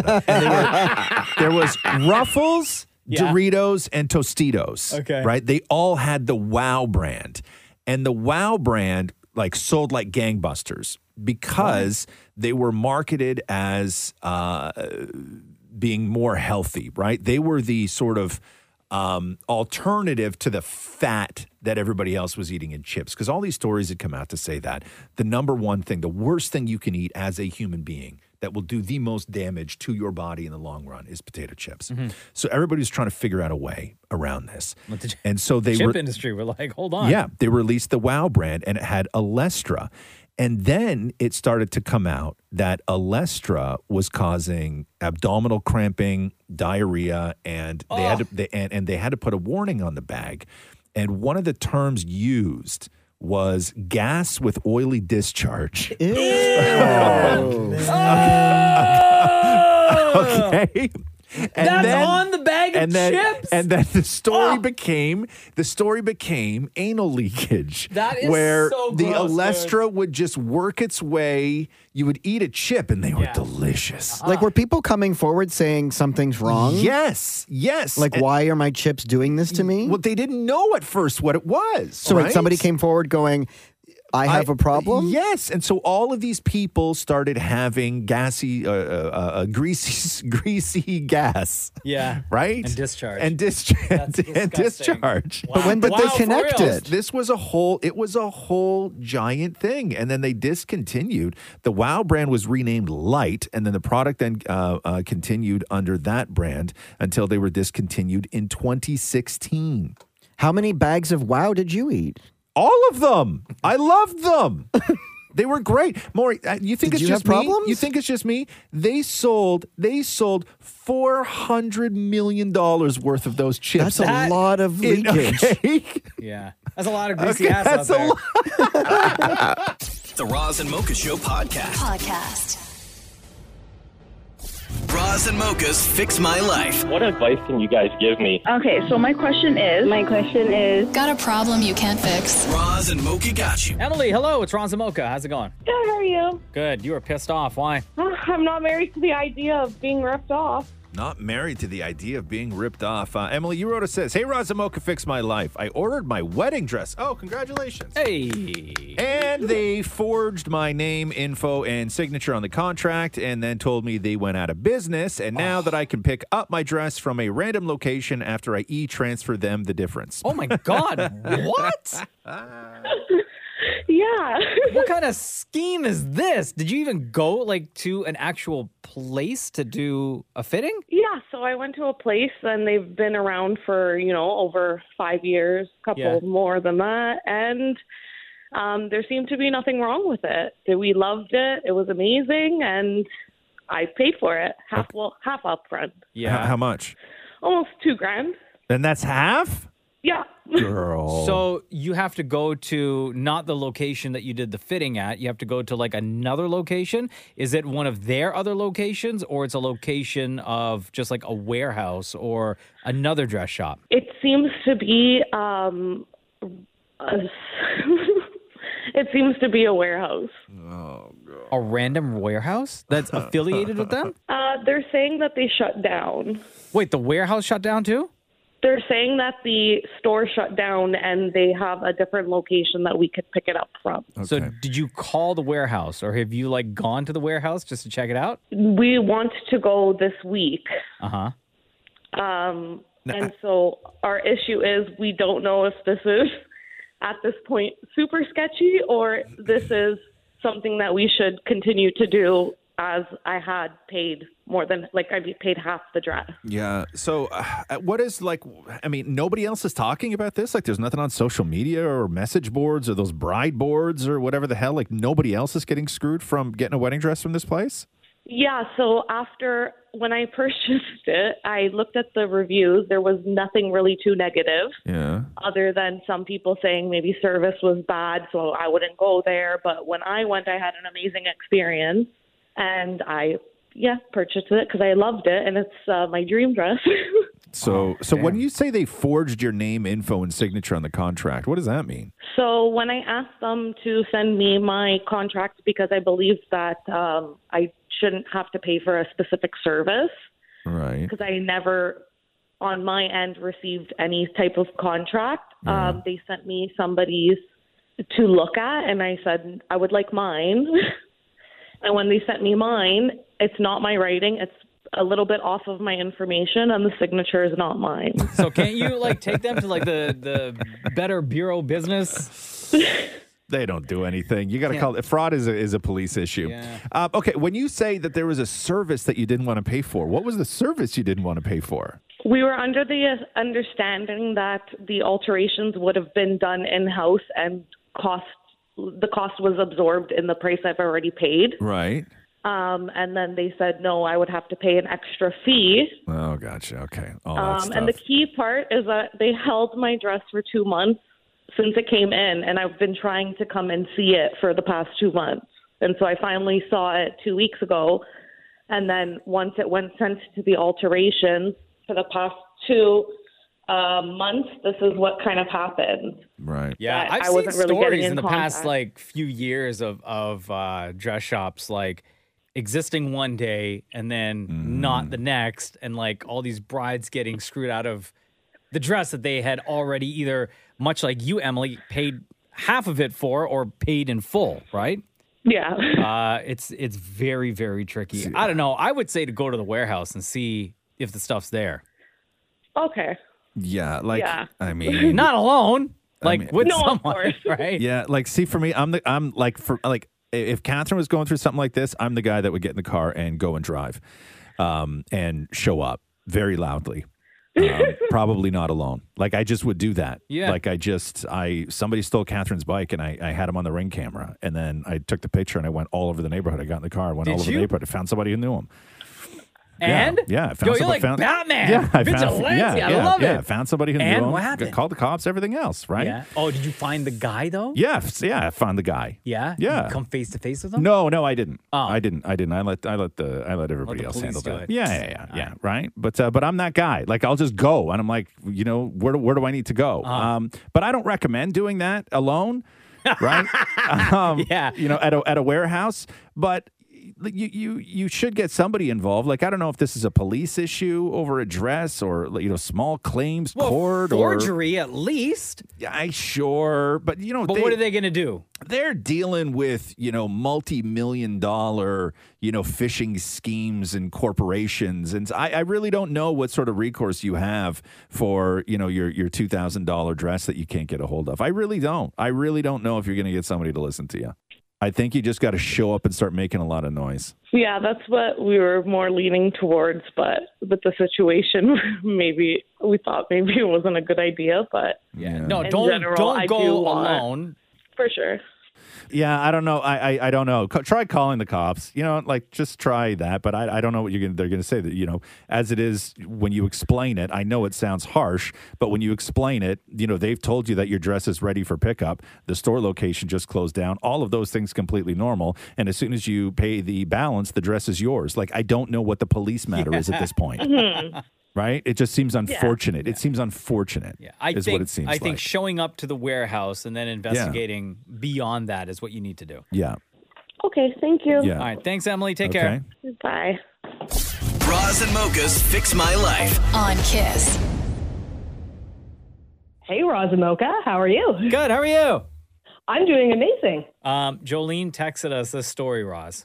Right? there was Ruffles, Yeah. Doritos, and Tostitos. Okay. Right? They all had the Wow brand. And the Wow brand like sold like gangbusters because they were marketed as uh, being more healthy, right? They were the sort of um, alternative to the fat that everybody else was eating in chips. Because all these stories had come out to say that the number one thing, the worst thing you can eat as a human being that will do the most damage to your body in the long run is potato chips. So everybody was trying to figure out a way around this. What the And so they chip were. industry were like, hold on. Yeah, they released the Wow brand and it had Alestra. And then it started to come out that Alestra was causing abdominal cramping, diarrhea, and they had to, they, and, and they had to put a warning on the bag. And one of the terms used was gas with oily discharge. okay. And That's on the bag of and then, chips? Oh. And then the story became the story became anal leakage. That is where so the gross, Alestra would just work its way. You would eat a chip, and they were delicious. Like, were people coming forward saying something's wrong? Yes, yes. Like, why are my chips doing this to me? Well, they didn't know at first what it was. So when right? somebody came forward going, I have a problem. Yes, and so all of these people started having gassy, uh, uh, uh, greasy, greasy gas. Yeah. Right? And discharge. And, dis- and discharge. But when did Wow. they Wow, for connect reals? it? This was a whole, it was a whole giant thing. And then they discontinued. The WOW brand was renamed Light, and then the product then uh, uh, continued under that brand until they were discontinued in 2016. How many bags of WOW did you eat? All of them. I loved them. They were great, Maury. uh, You think it's Did you have just me? problems? You think it's just me? They sold. They sold four hundred million dollars worth of those chips. That's a That- lot of In- leakage. okay? Yeah. That's a lot of greasy Okay, ass that's out a there. The Roz and Mocha Show podcast. Podcast. Roz and Mocha's Fix My Life. What advice can you guys give me? Okay, so my question is. My question is. Got a problem you can't fix? Roz and Mocha got you. Emily, hello. It's Ron Zamoka. How's it going? Good, how are you? Good. You were pissed off. Why? Oh, I'm not married to the idea of being ripped off. Not married to the idea of being ripped off. Uh, Emily, you wrote a says, "Hey Razamoka, fix my life. I ordered my wedding dress. Oh, congratulations! Hey, and they forged my name, info, and signature on the contract, and then told me they went out of business. And now that I can pick up my dress from a random location after I e-transfer them the difference. Oh my God. what? yeah. what kind of scheme is this? Did you even go like to an actual place to do a fitting? Yeah, so I went to a place and they've been around for, you know, over five years, a couple Yeah. more than that. And um, there seemed to be nothing wrong with it. We loved it. It was amazing. And I paid for it half, well, half up front, Yeah. How, how much? almost two grand. Then that's half, Yeah. girl. So you have to go to not the location that you did the fitting at. You have to go to like another location. Is it one of their other locations or it's a location of just like a warehouse or another dress shop? It seems to be um, a, it seems to be a warehouse. A random warehouse that's affiliated with them? Uh, they're saying that they shut down. Wait, the warehouse shut down too? They're saying that the store shut down and they have a different location that we could pick it up from. So did you call the warehouse or have you like gone to the warehouse just to check it out? We want to go this week. Uh-huh. Um, and so our issue is we don't know if this is at this point super sketchy or this is something that we should continue to do as I had paid more than like I paid half the dress. Yeah. So, uh, what is like? I mean, nobody else is talking about this. Like, there's nothing on social media or message boards or those bride boards or whatever the hell. Like, nobody else is getting screwed from getting a wedding dress from this place. Yeah, so after when I purchased it, I looked at the reviews. There was nothing really too negative Yeah. other than some people saying maybe service was bad, so I wouldn't go there. But when I went, I had an amazing experience, and I yeah purchased it because I loved it, and it's uh, my dream dress. Oh, So, so when you say they forged your name, info, and signature on the contract, what does that mean? so when I asked them to send me my contract because I believe that um, I shouldn't have to pay for a specific service. Right. because I never, on my end, received any type of contract. Um, they sent me somebody's to look at, and I said I would like mine. and when they sent me mine, it's not my writing. It's a little bit off of my information, and the signature is not mine. So can't you like take them to like the the better bureau business? They don't do anything. You got to Yeah. call it fraud is a, is a police issue. Uh, okay. When you say that there was a service that you didn't want to pay for, what was the service you didn't want to pay for? We were under the uh, understanding that the alterations would have been done in house and cost the cost was absorbed in the price I've already paid. Right. Um, and then they said, no, I would have to pay an extra fee. Oh, gotcha. Okay. All that um, stuff. and the key part is that they held my dress for two months since it came in, and I've been trying to come and see it for the past two months. And so I finally saw it two weeks ago, And then once it went sent to the alterations for the past two uh, months, this is what kind of happened. Right. Yeah, But I've I seen wasn't really getting stories in in the past contact. like few years of of uh, dress shops like existing one day and then not the Mm. next, and like all these brides getting screwed out of the dress that they had already either, much like you, Emily, paid half of it for or paid in full, right? Yeah. Uh, it's it's very very tricky. I don't know. I would say to go to the warehouse and see if the stuff's there. Okay. Yeah, like Yeah. I mean, not alone. I Like mean- with No, of someone, right? Yeah, like see for me, I'm the I'm like for like i- if Catherine was going through something like this, I'm the guy that would get in the car and go and drive, um, and show up very loudly. Um, probably not alone. Like I just would do that. Yeah. Like I just I somebody stole Catherine's bike and I I had him on the ring camera and then I took the picture and I went all over the neighborhood. I got in the car, I went Did all over you? the neighborhood, I found somebody who knew him. And yeah, yeah I found Yo, you're somebody- like found- Batman. Yeah, I found Vigilante, yeah, I yeah, love yeah, it. I found somebody who knew And him. what happened? Called the cops, everything else, right? Yeah. Oh, did you find the guy though? Yeah, f- yeah, I found the guy. Yeah. You Yeah. come face to face with him. No, no, I didn't. I didn't. I didn't. I let I let the I let everybody Oh. the else police handle do that. it. Yeah, yeah, yeah, yeah. Right. But uh, but I'm that guy. Like I'll just go, and I'm like, you know, where do, where do I need to go? Uh-huh. Um, but I don't recommend doing that alone, right? um, yeah. You know, at a at a warehouse, but. like, You, you you should get somebody involved. Like I don't know if this is a police issue over a dress or you know small claims court or Forgery, at least. Yeah, I sure. But you know, But what are they going to do? They're dealing with you know multi-million dollar you know phishing schemes and corporations, and I, I really don't know what sort of recourse you have for you know your your two thousand dollar dress that you can't get a hold of. I really don't. I really don't know if you're going to get somebody to listen to you. I think you just got to show up and start making a lot of noise. Yeah, that's what we were more leaning towards, but with the situation, maybe we thought maybe it wasn't a good idea, but Yeah. No, In don't general, don't I go do want- alone. for sure. Yeah, I don't know. I I, I don't know. Co- try calling the cops. You know, like just try that. But I, I don't know what you're gonna, they're going to say. That you know, as it is when you explain it, I know it sounds harsh, but when you explain it, you know they've told you that your dress is ready for pickup. The store location just closed down. All of those things completely normal. And as soon as you pay the balance, the dress is yours. Like I don't know what the police matter is at this point. Mm-hmm. Mhm. Right? It just seems unfortunate. It seems unfortunate. Yeah, I is think, what it seems I like. think showing up to the warehouse and then investigating beyond that is what you need to do. yeah. Okay, thank you. Yeah. All right. Thanks, Emily. Take care. Bye. Bras and mochas fix my life. On Kiss. Hey, Roz and Mocha, how are you? Good. How are you? I'm doing amazing. Um, Jolene texted us this story, Roz,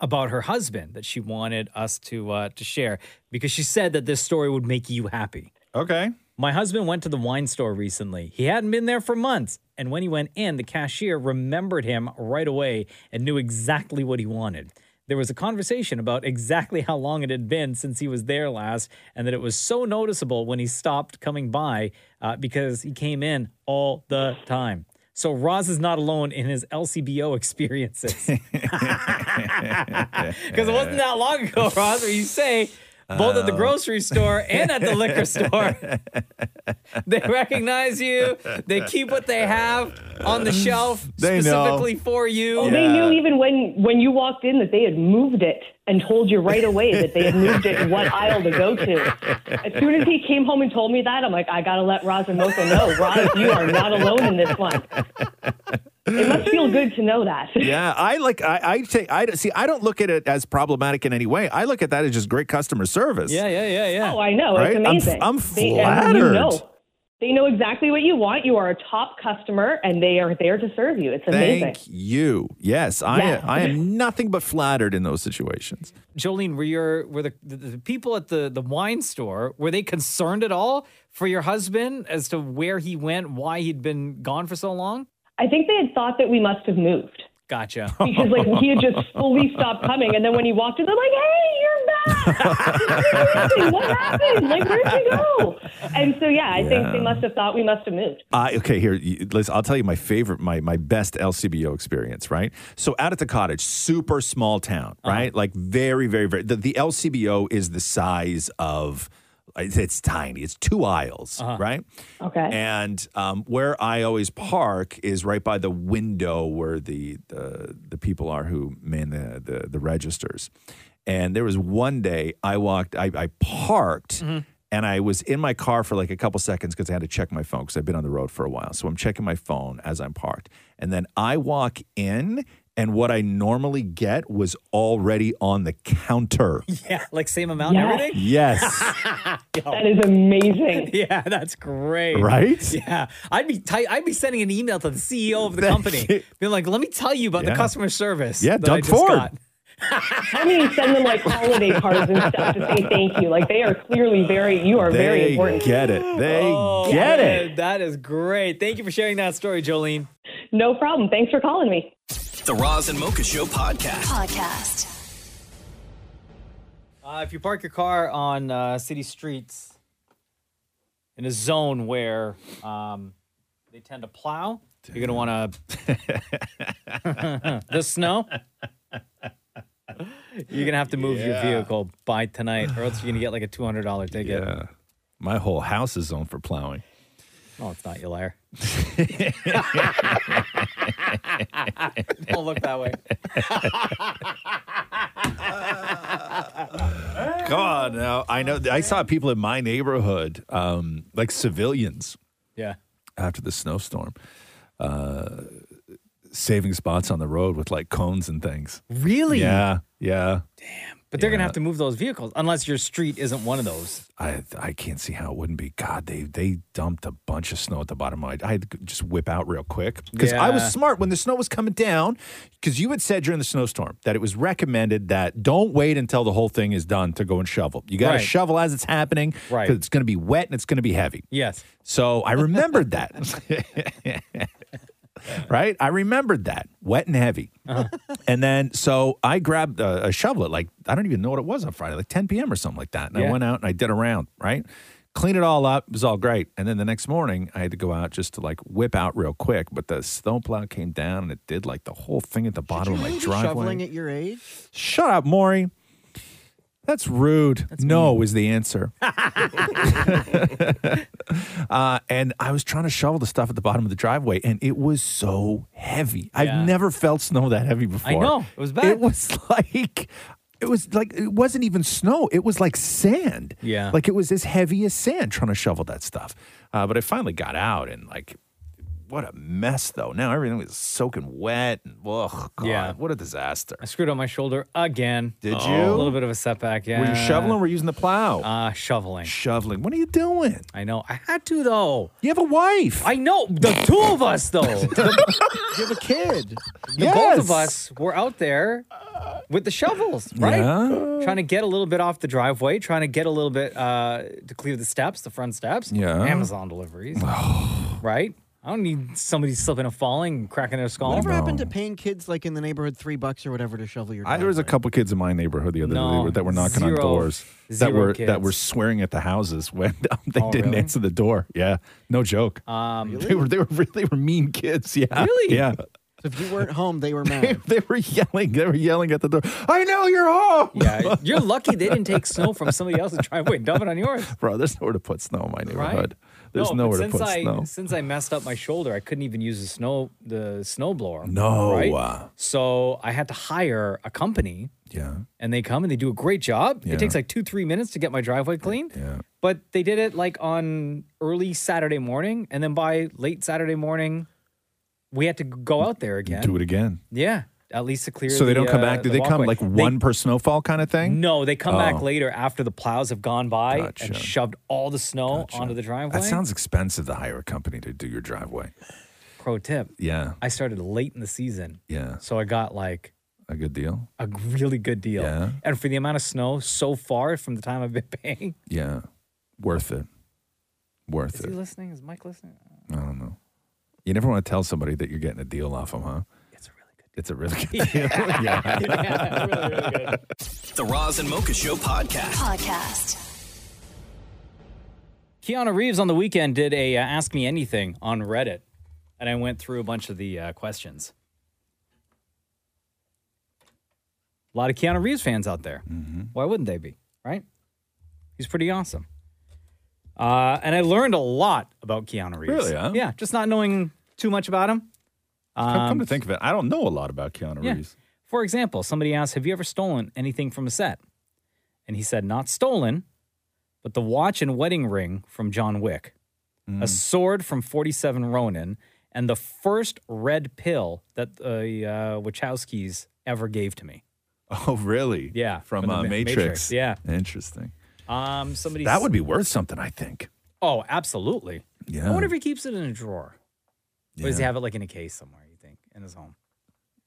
about her husband that she wanted us to uh, to share because she said that this story would make you happy. Okay. My husband went to the wine store recently. He hadn't been there for months, and when he went in, the cashier remembered him right away and knew exactly what he wanted. There was a conversation about exactly how long it had been since he was there last, and that it was so noticeable when he stopped coming by uh, because he came in all the time. So Roz is not alone in his LCBO experiences. Because it wasn't that long ago, Roz, where you say both at the Oh. grocery store and at the liquor store, they recognize you. They keep what they have on the shelf They know. specifically for you. Oh, they knew even when when you walked in that they had moved it and told you right away that they had moved it and what aisle to go to. As soon as he came home and told me that, I'm like, I gotta let Roz and Mocha know. Roz, you are not alone in this one. It must feel good to know that. yeah, I like I I take I see I don't look at it as problematic in any way. I look at that as just great customer service. yeah, yeah, yeah. Oh, I know. It's Right? I'm f- amazing. I'm and flattered. You know, they know exactly what you want. You are a top customer, and they are there to serve you. It's amazing. Thank you. Yes, I Yeah. I am nothing but flattered in those situations. Jolene, were your were the, the, the people at the, the wine store were they concerned at all for your husband as to where he went, why he'd been gone for so long? I think they had thought that we must have moved Gotcha. because, like, he had just fully stopped coming, and then when he walked in, they're like, "Hey, you're back! What happened? Like, where'd you go?" And so, yeah, I think Yeah. they must have thought we must have moved. I okay here. you- Listen, I'll tell you my favorite, my my best LCBO experience. Right, so out at the cottage, super small town. Uh-huh. Right, like very, very, very. The, the LCBO is the size of it's, it's tiny. It's two aisles. Uh-huh. Right. Okay. And um, where I always park is right by the window where the the, the people are who man the, the the registers. And there was one day I walked, I, I parked, Mm-hmm. Mm-hmm. and I was in my car for like a couple seconds because I had to check my phone because I've been on the road for a while. So I'm checking my phone as I'm parked. And then I walk in, and what I normally get was already on the counter. Yeah, like same amount and Yes. everything? Yes. that is amazing. Yeah, that's great. Right? Yeah. I'd be tight I'd be sending an email to the CEO of the company. Being like, let me tell you about Yeah. the customer service. Yeah, that I Doug just Ford. got." I mean, send them like holiday cards and stuff to say thank you. Like they are clearly very, you are they very important. get it. They Oh, get it. man, That is great. Thank you for sharing that story, Jolene. No problem. Thanks for calling me. The Roz and Mocha Show podcast. Podcast. Uh, if you park your car on uh, city streets in a zone where um, they tend to plow, you're going to want to. the snow? You're going to have to move your Yeah. vehicle by tonight, or else you're going to get like a $200 ticket. Yeah. My whole house is zoned for plowing. No, it's not, you liar. Don't look that way. Come on now. I know. I saw people in my neighborhood, um, like civilians, Yeah. after the snowstorm, uh, saving spots on the road with like cones and things. Really? Yeah. Yeah. But they're going to have to move those vehicles unless your street isn't one of those. I I can't see how it wouldn't be. God, they they dumped a bunch of snow at the bottom of my. I had to just whip out real quick because I Yeah. was smart when the snow was coming down. Because you had said during the snowstorm that it was recommended that don't wait until the whole thing is done to go and shovel. You got to Right. shovel as it's happening. Right. 'cause It's going to be wet and it's going to be heavy. Yes. So I remembered that. right? I remembered that. Wet and heavy. And then, so I grabbed a, a shovel at like, I don't even know what it was on Friday, like 10 p.m. or something like that. And Yeah. I went out and I did a round, right? Cleaned it all up. It was all great. And then the next morning, I had to go out just to like whip out real quick. But the snowplow came down and it did like the whole thing at the bottom of my Maybe driveway. Shoveling at your age? Shut up, Maury. That's rude. no is the answer. uh, and I was trying to shovel the stuff at the bottom of the driveway, and it was so heavy. I've never felt snow that heavy before. know. It was bad. It was like. It was like it wasn't even snow. It was like sand. Yeah. like it was as heavy as sand trying to shovel that stuff. Uh, but I finally got out, and like, what a mess though. Now everything was soaking wet, and ugh, oh, God, Yeah. what a disaster. I screwed up my shoulder again. Did Oh. you? A little bit of a setback. Yeah. Were you shoveling or were you using the plow? Uh, shoveling. Shoveling. What are you doing? I know. I had to though. You have a wife. I know. The two of us though. The, You have a kid. the both of us were out there with the shovels, right? Trying to get a little bit off the driveway, trying to get a little bit uh, to clear the steps, the front steps. Yeah. Amazon deliveries. right? I don't need somebody slipping and falling and cracking their skull. Whatever happened to paying kids like in the neighborhood three bucks or whatever to shovel your I, there was a couple kids in my neighborhood the other day No, that were- that were knocking zero- on doors that zero were that kids. were swearing at the houses when um, they Oh, didn't really? answer the door. Yeah, no joke. Um, They were they were really they were mean kids. Yeah, Really? Yeah, So if you weren't home, they were they, mad. Mm. they were yelling. They were yelling at the door. I know you're home. Yeah, you're lucky they didn't take snow from somebody else's driveway and dump it on yours. bro. There's nowhere to put snow in my Right? neighborhood. There's No, but nowhere to since put I, snow. Since I messed up my shoulder, I couldn't even use the snow the snowblower. No. uh, right? so I had to hire a company. Yeah, and they come and they do a great job. Yeah. It takes like two three minutes to get my driveway clean. Yeah, but they did it like on early Saturday morning, and then by late Saturday morning, we had to go out there again. Do it again. Yeah, at least to clear. So they the, don't come uh, back. Do the they come walkway. like They- one per snowfall kind of thing? No, they come Oh. back later after the plows have gone by and shoved all the snow onto the driveway. That sounds expensive to hire a company to do your driveway. pro tip. Yeah, I started late in the season. yeah, So I got like a good deal. a really good deal. Yeah. And for the amount of snow so far from the time I've been paying. Yeah, worth it. Worth Is it. he listening? Is Mike listening? I don't know. You never want to tell somebody that you're getting a deal off them, huh? It's a really good. It's a really good deal. yeah. The Roz and Mocha Show podcast. Podcast. Keanu Reeves on the weekend did a uh, Ask Me Anything on Reddit, and I went through a bunch of the uh, questions. A lot of Keanu Reeves fans out there. Mm-hmm. Why wouldn't they be, right? He's pretty awesome. Uh, and I learned a lot about Keanu Reeves. Really, huh? Yeah, just not knowing too much about him. Come, come Um, to think of it, I don't know a lot about Keanu yeah. Reeves. For example, somebody asked, Have you ever stolen anything from a set? And he said, Not stolen, but the watch and wedding ring from John Wick, Mm. a sword from 47 Ronin, and the first red pill that the uh, Wachowskis ever gave to me. Oh, really? Yeah. From, from the uh, Ma- Matrix. Matrix, yeah. Interesting. Um, somebody That would be worth something, I think. Oh, absolutely. Yeah. I wonder if he keeps it in a drawer. Or does he Yeah. have it like in a case somewhere, you think, in his home?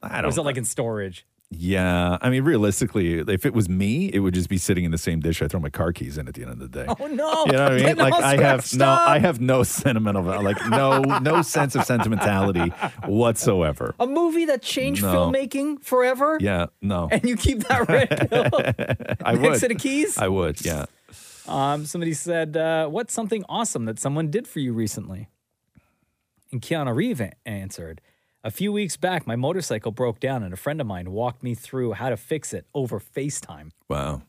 I Or is it don't- like in storage? Yeah. I mean, realistically, if it was me, it would just be sitting in the same dish I throw my car keys in at the end of the day. Oh no. You know what I mean? Getting Like all I have scratched no, up. I have no sentimental, val- like no, no sense of sentimentality whatsoever. a movie that changed No. filmmaking forever. Yeah, no. And you keep that red pill I next would. to the keys. I would. Yeah. Um, somebody said, uh, "What's something awesome that someone did for you recently?" And Keanu Reeves a- answered, "A few weeks back, my motorcycle broke down, and a friend of mine walked me through how to fix it over FaceTime Wow.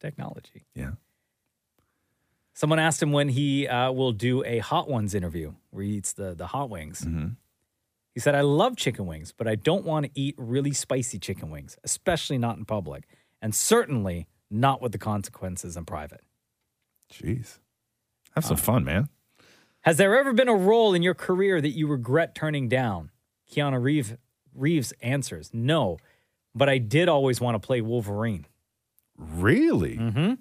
technology." Yeah. Someone asked him when he uh, will do a Hot Ones interview where he eats the the hot wings. Mm-hmm. He said, I love chicken wings, but I don't want to eat really spicy chicken wings, especially not in public, and certainly not with the consequences in private. Jeez. Have some fun, man. Has there ever been a role in your career that you regret turning down? Keanu Reeve, Reeves answers, No, but I did always want to play Wolverine. Really? Mm-hmm.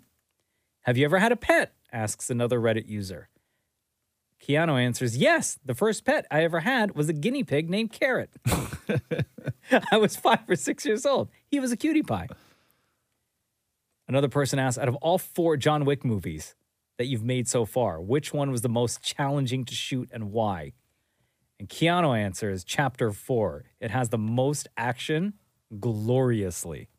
Have you ever had a pet? asks another Reddit user. Keanu answers, Yes, the first pet I ever had was a guinea pig named Carrot. I was five or six years old. He was a cutie pie. Another person asks, Out of all four John Wick movies that you've made so far, which one was the most challenging to shoot and why? And Keanu answers, Chapter four. It has the most action gloriously.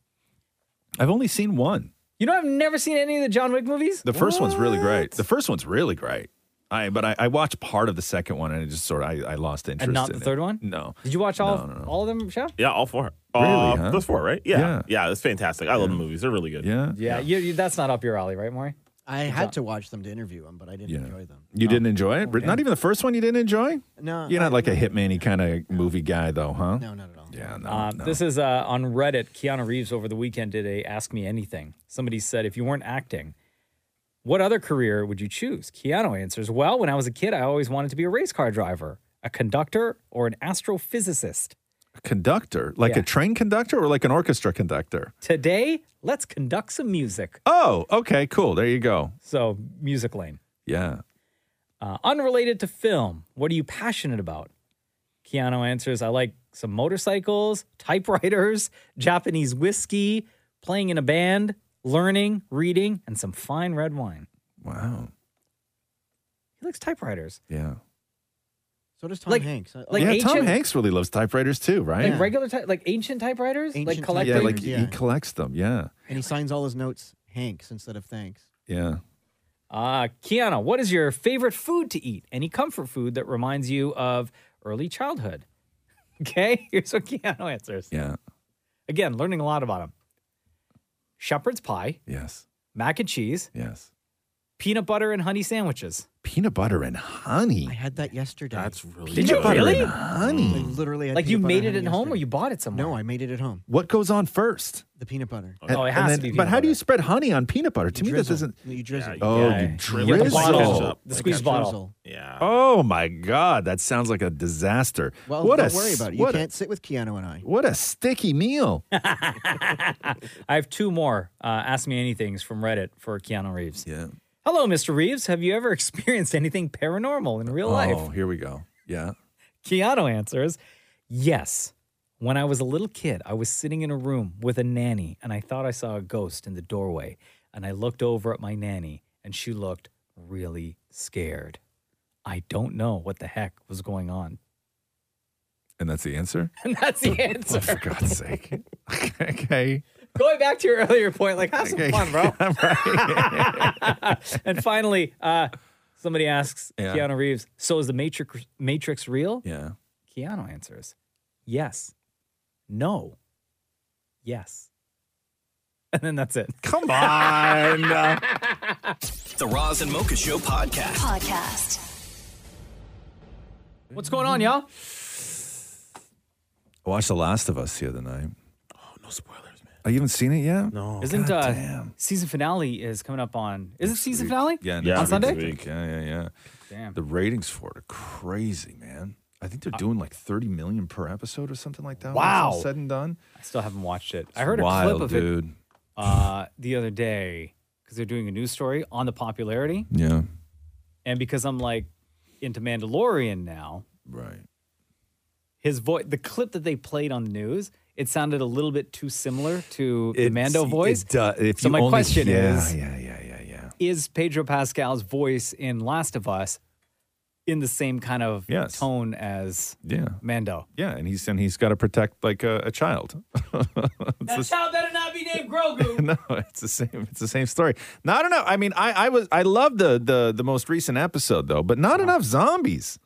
I've only seen one. You know, I've never seen any of the John Wick movies. The first one's really great. The first one's really great. I but I, I watched part of the second one and it just sort of I, I lost interest. not in the it. third one? No. Did you watch all all of them, Chef? Yeah, all four. Really, Uh, huh? Those four, right? Yeah. Yeah. Yeah, it's fantastic. I love the movies. They're really good. Yeah, You, you- that's not up your alley, right, Maury? I had to watch them to interview him, but I didn't enjoy them. You didn't enjoy it? Not even the first one you didn't enjoy? No, You're not like a hitman kind of movie guy though, huh? No, not at all. Yeah, no. Um, This is uh, on Reddit. Keanu Reeves over the weekend did a Ask Me Anything. Somebody said, if you weren't acting, what other career would you choose? Keanu answers, well, when I was a kid, I always wanted to be a race car driver, a conductor, or an astrophysicist. Conductor, like Yeah. a train conductor or like an orchestra conductor? Today, let's conduct some music. Oh, okay, cool. There you go. So, music lane. Yeah. Uh, unrelated to film, what are you passionate about? Keanu answers, I like some motorcycles, typewriters, Japanese whiskey, playing in a band, learning, reading, and some fine red wine. Wow. He likes typewriters. Yeah. So does Tom Like- Hanks. I- oh, like yeah, Tom ancient- Hanks really loves typewriters too, right? Like regular, ty- like ancient typewriters? like Ancient collect yeah, like typewriters, yeah. he collects them. Yeah. and he signs all his notes Hanks instead of thanks. Yeah. Ah, Kiana, what is your favorite food to eat? Any comfort food that reminds you of early childhood? Okay, here's what Keanu answers. Yeah. Again, learning a lot about him. Shepherd's pie, Yes. mac and cheese, Yes. peanut butter and honey sandwiches. Peanut butter and honey. I had that yesterday. That's really Did you butter really? and honey. I literally had Like you peanut butter made it and at honey home or you bought it somewhere? Oh, No, I made it at home. What goes on first? The peanut butter. And- and then- But how do you spread honey on peanut butter? to me, this isn't. No, you drizzle. Oh, Yeah. you Yeah. drizzle. You get the bottle, the Like squeeze ketchup. bottle. Yeah. Oh my God, that sounds like a disaster. Well, what don't a, worry about it. You what a- can't sit with Keanu and I. what a sticky meal. I have two more uh, Ask Me Anythings from Reddit for Keanu Reeves. Yeah. Hello, Mr. Reeves. Have you ever experienced anything paranormal in real life? Oh, here we go. Yeah. Keanu answers, Yes. When I was a little kid, I was sitting in a room with a nanny and I thought I saw a ghost in the doorway. And I looked over at my nanny and she looked really scared. I don't know what the heck was going on. And that's the answer? And that's the answer. For God's sake. okay. Going back to your earlier point, like, have some fun, bro. and finally, uh, somebody asks Yeah. Keanu Reeves, So is the Matrix, Matrix real? Yeah. Keanu answers, Yes. No. Yes. And then that's it. Come on. The Roz and Mocha Show podcast. Podcast. What's going on, y'all? I watched The Last of Us the other night. Oh, no spoilers, man. Have you haven't seen it yet? No. Isn't uh, season finale is coming up on? Is it season finale? Yeah, on next week, Sunday. I think. Yeah, yeah, yeah. Damn. The ratings for it are crazy, man. I think they're doing like 30 million per episode or something like that. when it's all Wow. said and done. I still haven't watched it. I heard a wild, clip of it dude. uh, the other day because they're doing a news story on the popularity, Yeah. and because I'm like into Mandalorian now, right? His voice, the clip that they played on the news, it sounded a little bit too similar to the It's- Mando it voice. does- if so you my only- question yeah, is, yeah, is Pedro Pascal's voice in Last of Us in the same kind of Yes. tone as Yeah. Mando? Yeah, and he's and he's got to protect like a, a child. That child better not be named Grogu. no, it's the same. It's the same story. No, I don't know. I mean, I, I was I love the the the most recent episode though, but not enough zombies.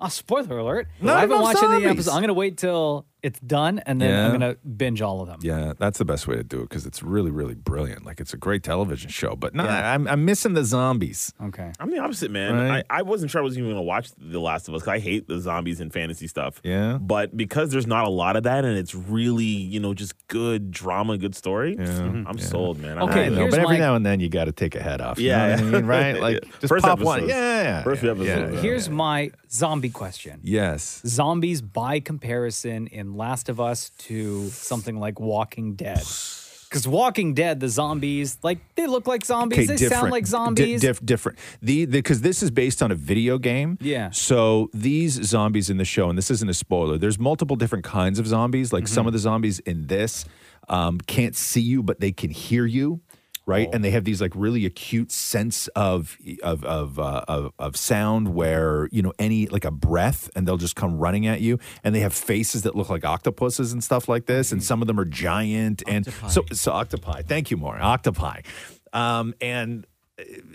Oh, spoiler alert. Not I haven't enough watched any zombies. episode. I'm going to wait till it's done and then I'm Yeah. going to binge all of them. Yeah, that's the best way to do it because it's really really brilliant. Like it's a great television show, but no, I'm I'm missing the zombies. Okay, I'm the opposite, man. Right. I, I wasn't sure I was even going to watch The Last of Us 'cause I hate the zombies and fantasy stuff. Yeah. But because there's not a lot of that and it's really, you know, just good drama, good story, Mm-hmm. I'm sold, man. I'm okay, into it. but every now and then you got to take a head off. you Yeah, know what I mean, right? yeah. Like just First pop one. episodes. Yeah, yeah, yeah, First yeah, episodes, yeah, yeah. Here's my zombie question. Yes. Zombies by comparison in Last of Us to something like Walking Dead. Because Walking Dead, the zombies, like they look like zombies, they sound like Di- zombies. diff- different. The because this is based on a video game. Yeah. So these zombies in the show, and this isn't a spoiler. There's multiple different kinds of zombies. Like some of the zombies in this um, can't see you, but they can hear you. Right, and they have these like really acute sense of of of, uh, of of sound where you know any like a breath, and they'll just come running at you. And they have faces that look like octopuses and stuff like this. And some of them are giant, and so so octopi. Thank you, more octopi. Um, and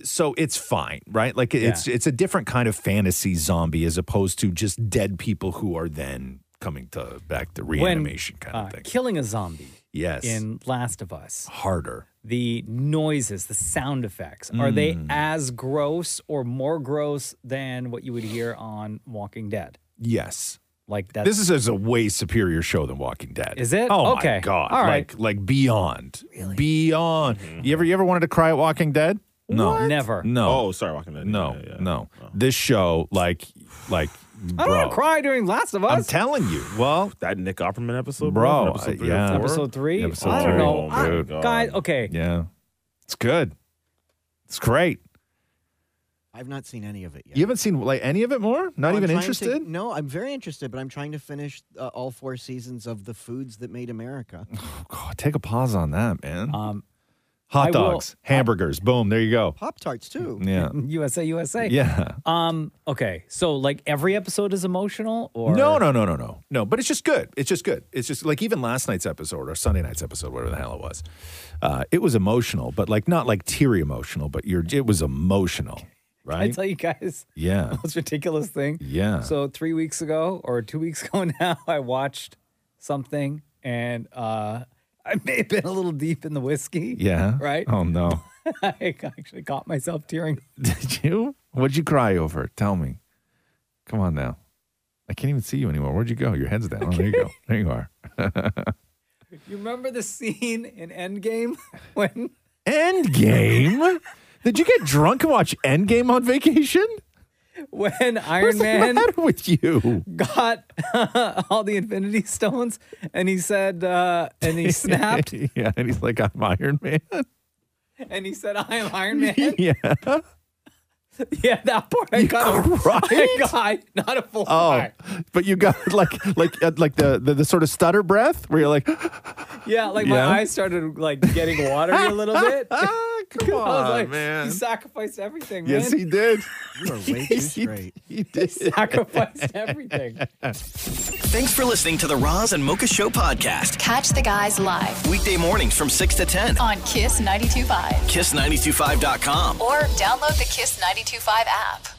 so it's fine, right? Like it's it's a different kind of fantasy zombie as opposed to just dead people who are then coming to back to reanimation kind of uh, thing. Killing a zombie. Yes. In Last of Us. Harder. The noises, the sound effects, are they Hmm. as gross or more gross than what you would hear on Walking Dead? Yes. Like that's This is, is a way superior show than Walking Dead. Is it? Oh Okay. my god! All right. Mm-hmm. Like like beyond, beyond. You ever you ever wanted to cry at Walking Dead? No, What? Never. No. Oh, sorry, Walking Dead. No, no. Oh. This show, like, like, I don't bro. want to cry during Last of Us. I'm telling you. Well, that Nick Offerman episode, bro. bro, episode uh, three or yeah. four? Episode three? Episode I don't three. know. Oh, I- dude. guys, okay. Yeah, it's good. It's great. I've not seen any of it yet. You haven't seen like any of it more? Not Oh, I'm even trying to- interested? no, I'm very interested, but I'm trying to finish uh, all four seasons of the foods that made America. God, take a pause on that, man. Um, Hot I will- dogs, hamburgers, boom, there you go. Pop Tarts too. Yeah. USA, USA. Yeah. Um. Okay. So, like, every episode is emotional, or No, no, no, no, no. No, but it's just good. It's just good. It's just like even last night's episode or Sunday night's episode, whatever the hell it was. Uh, it was emotional, but like not like teary emotional, but you're it was emotional, I right? tell you guys, Yeah. most ridiculous thing. Yeah. So three weeks ago or two weeks ago now, I watched something and uh, I may have been a little deep in the whiskey. Yeah. Right. Oh no. I actually caught myself tearing. Did you? What'd you cry over? Tell me. Come on now. I can't even see you anymore. Where'd you go? Your head's down. Oh, there you go. There you are. You remember the scene in Endgame when Endgame? Did you get drunk and watch Endgame on vacation? when Iron What's the Man matter with you? got all the Infinity Stones and he said uh, and he snapped yeah, and he's like, I'm Iron Man. and he said, "I am Iron Man." yeah. Yeah, that part I got a I got not a full Oh, cry. but you got like like uh, like the, the the sort of stutter breath where you're like, Yeah, like my Yeah. eyes started like getting watery a little bit. Come Come I was on, like, man. He sacrificed everything, man. yes, he did. You are way too straight. He did. sacrificed everything. Thanks for listening to the Roz and Mocha Show podcast. Catch the guys live Weekday mornings from 6 to 10. on Kiss 92.5 Kiss925.com. or download the Kiss 92.5 app.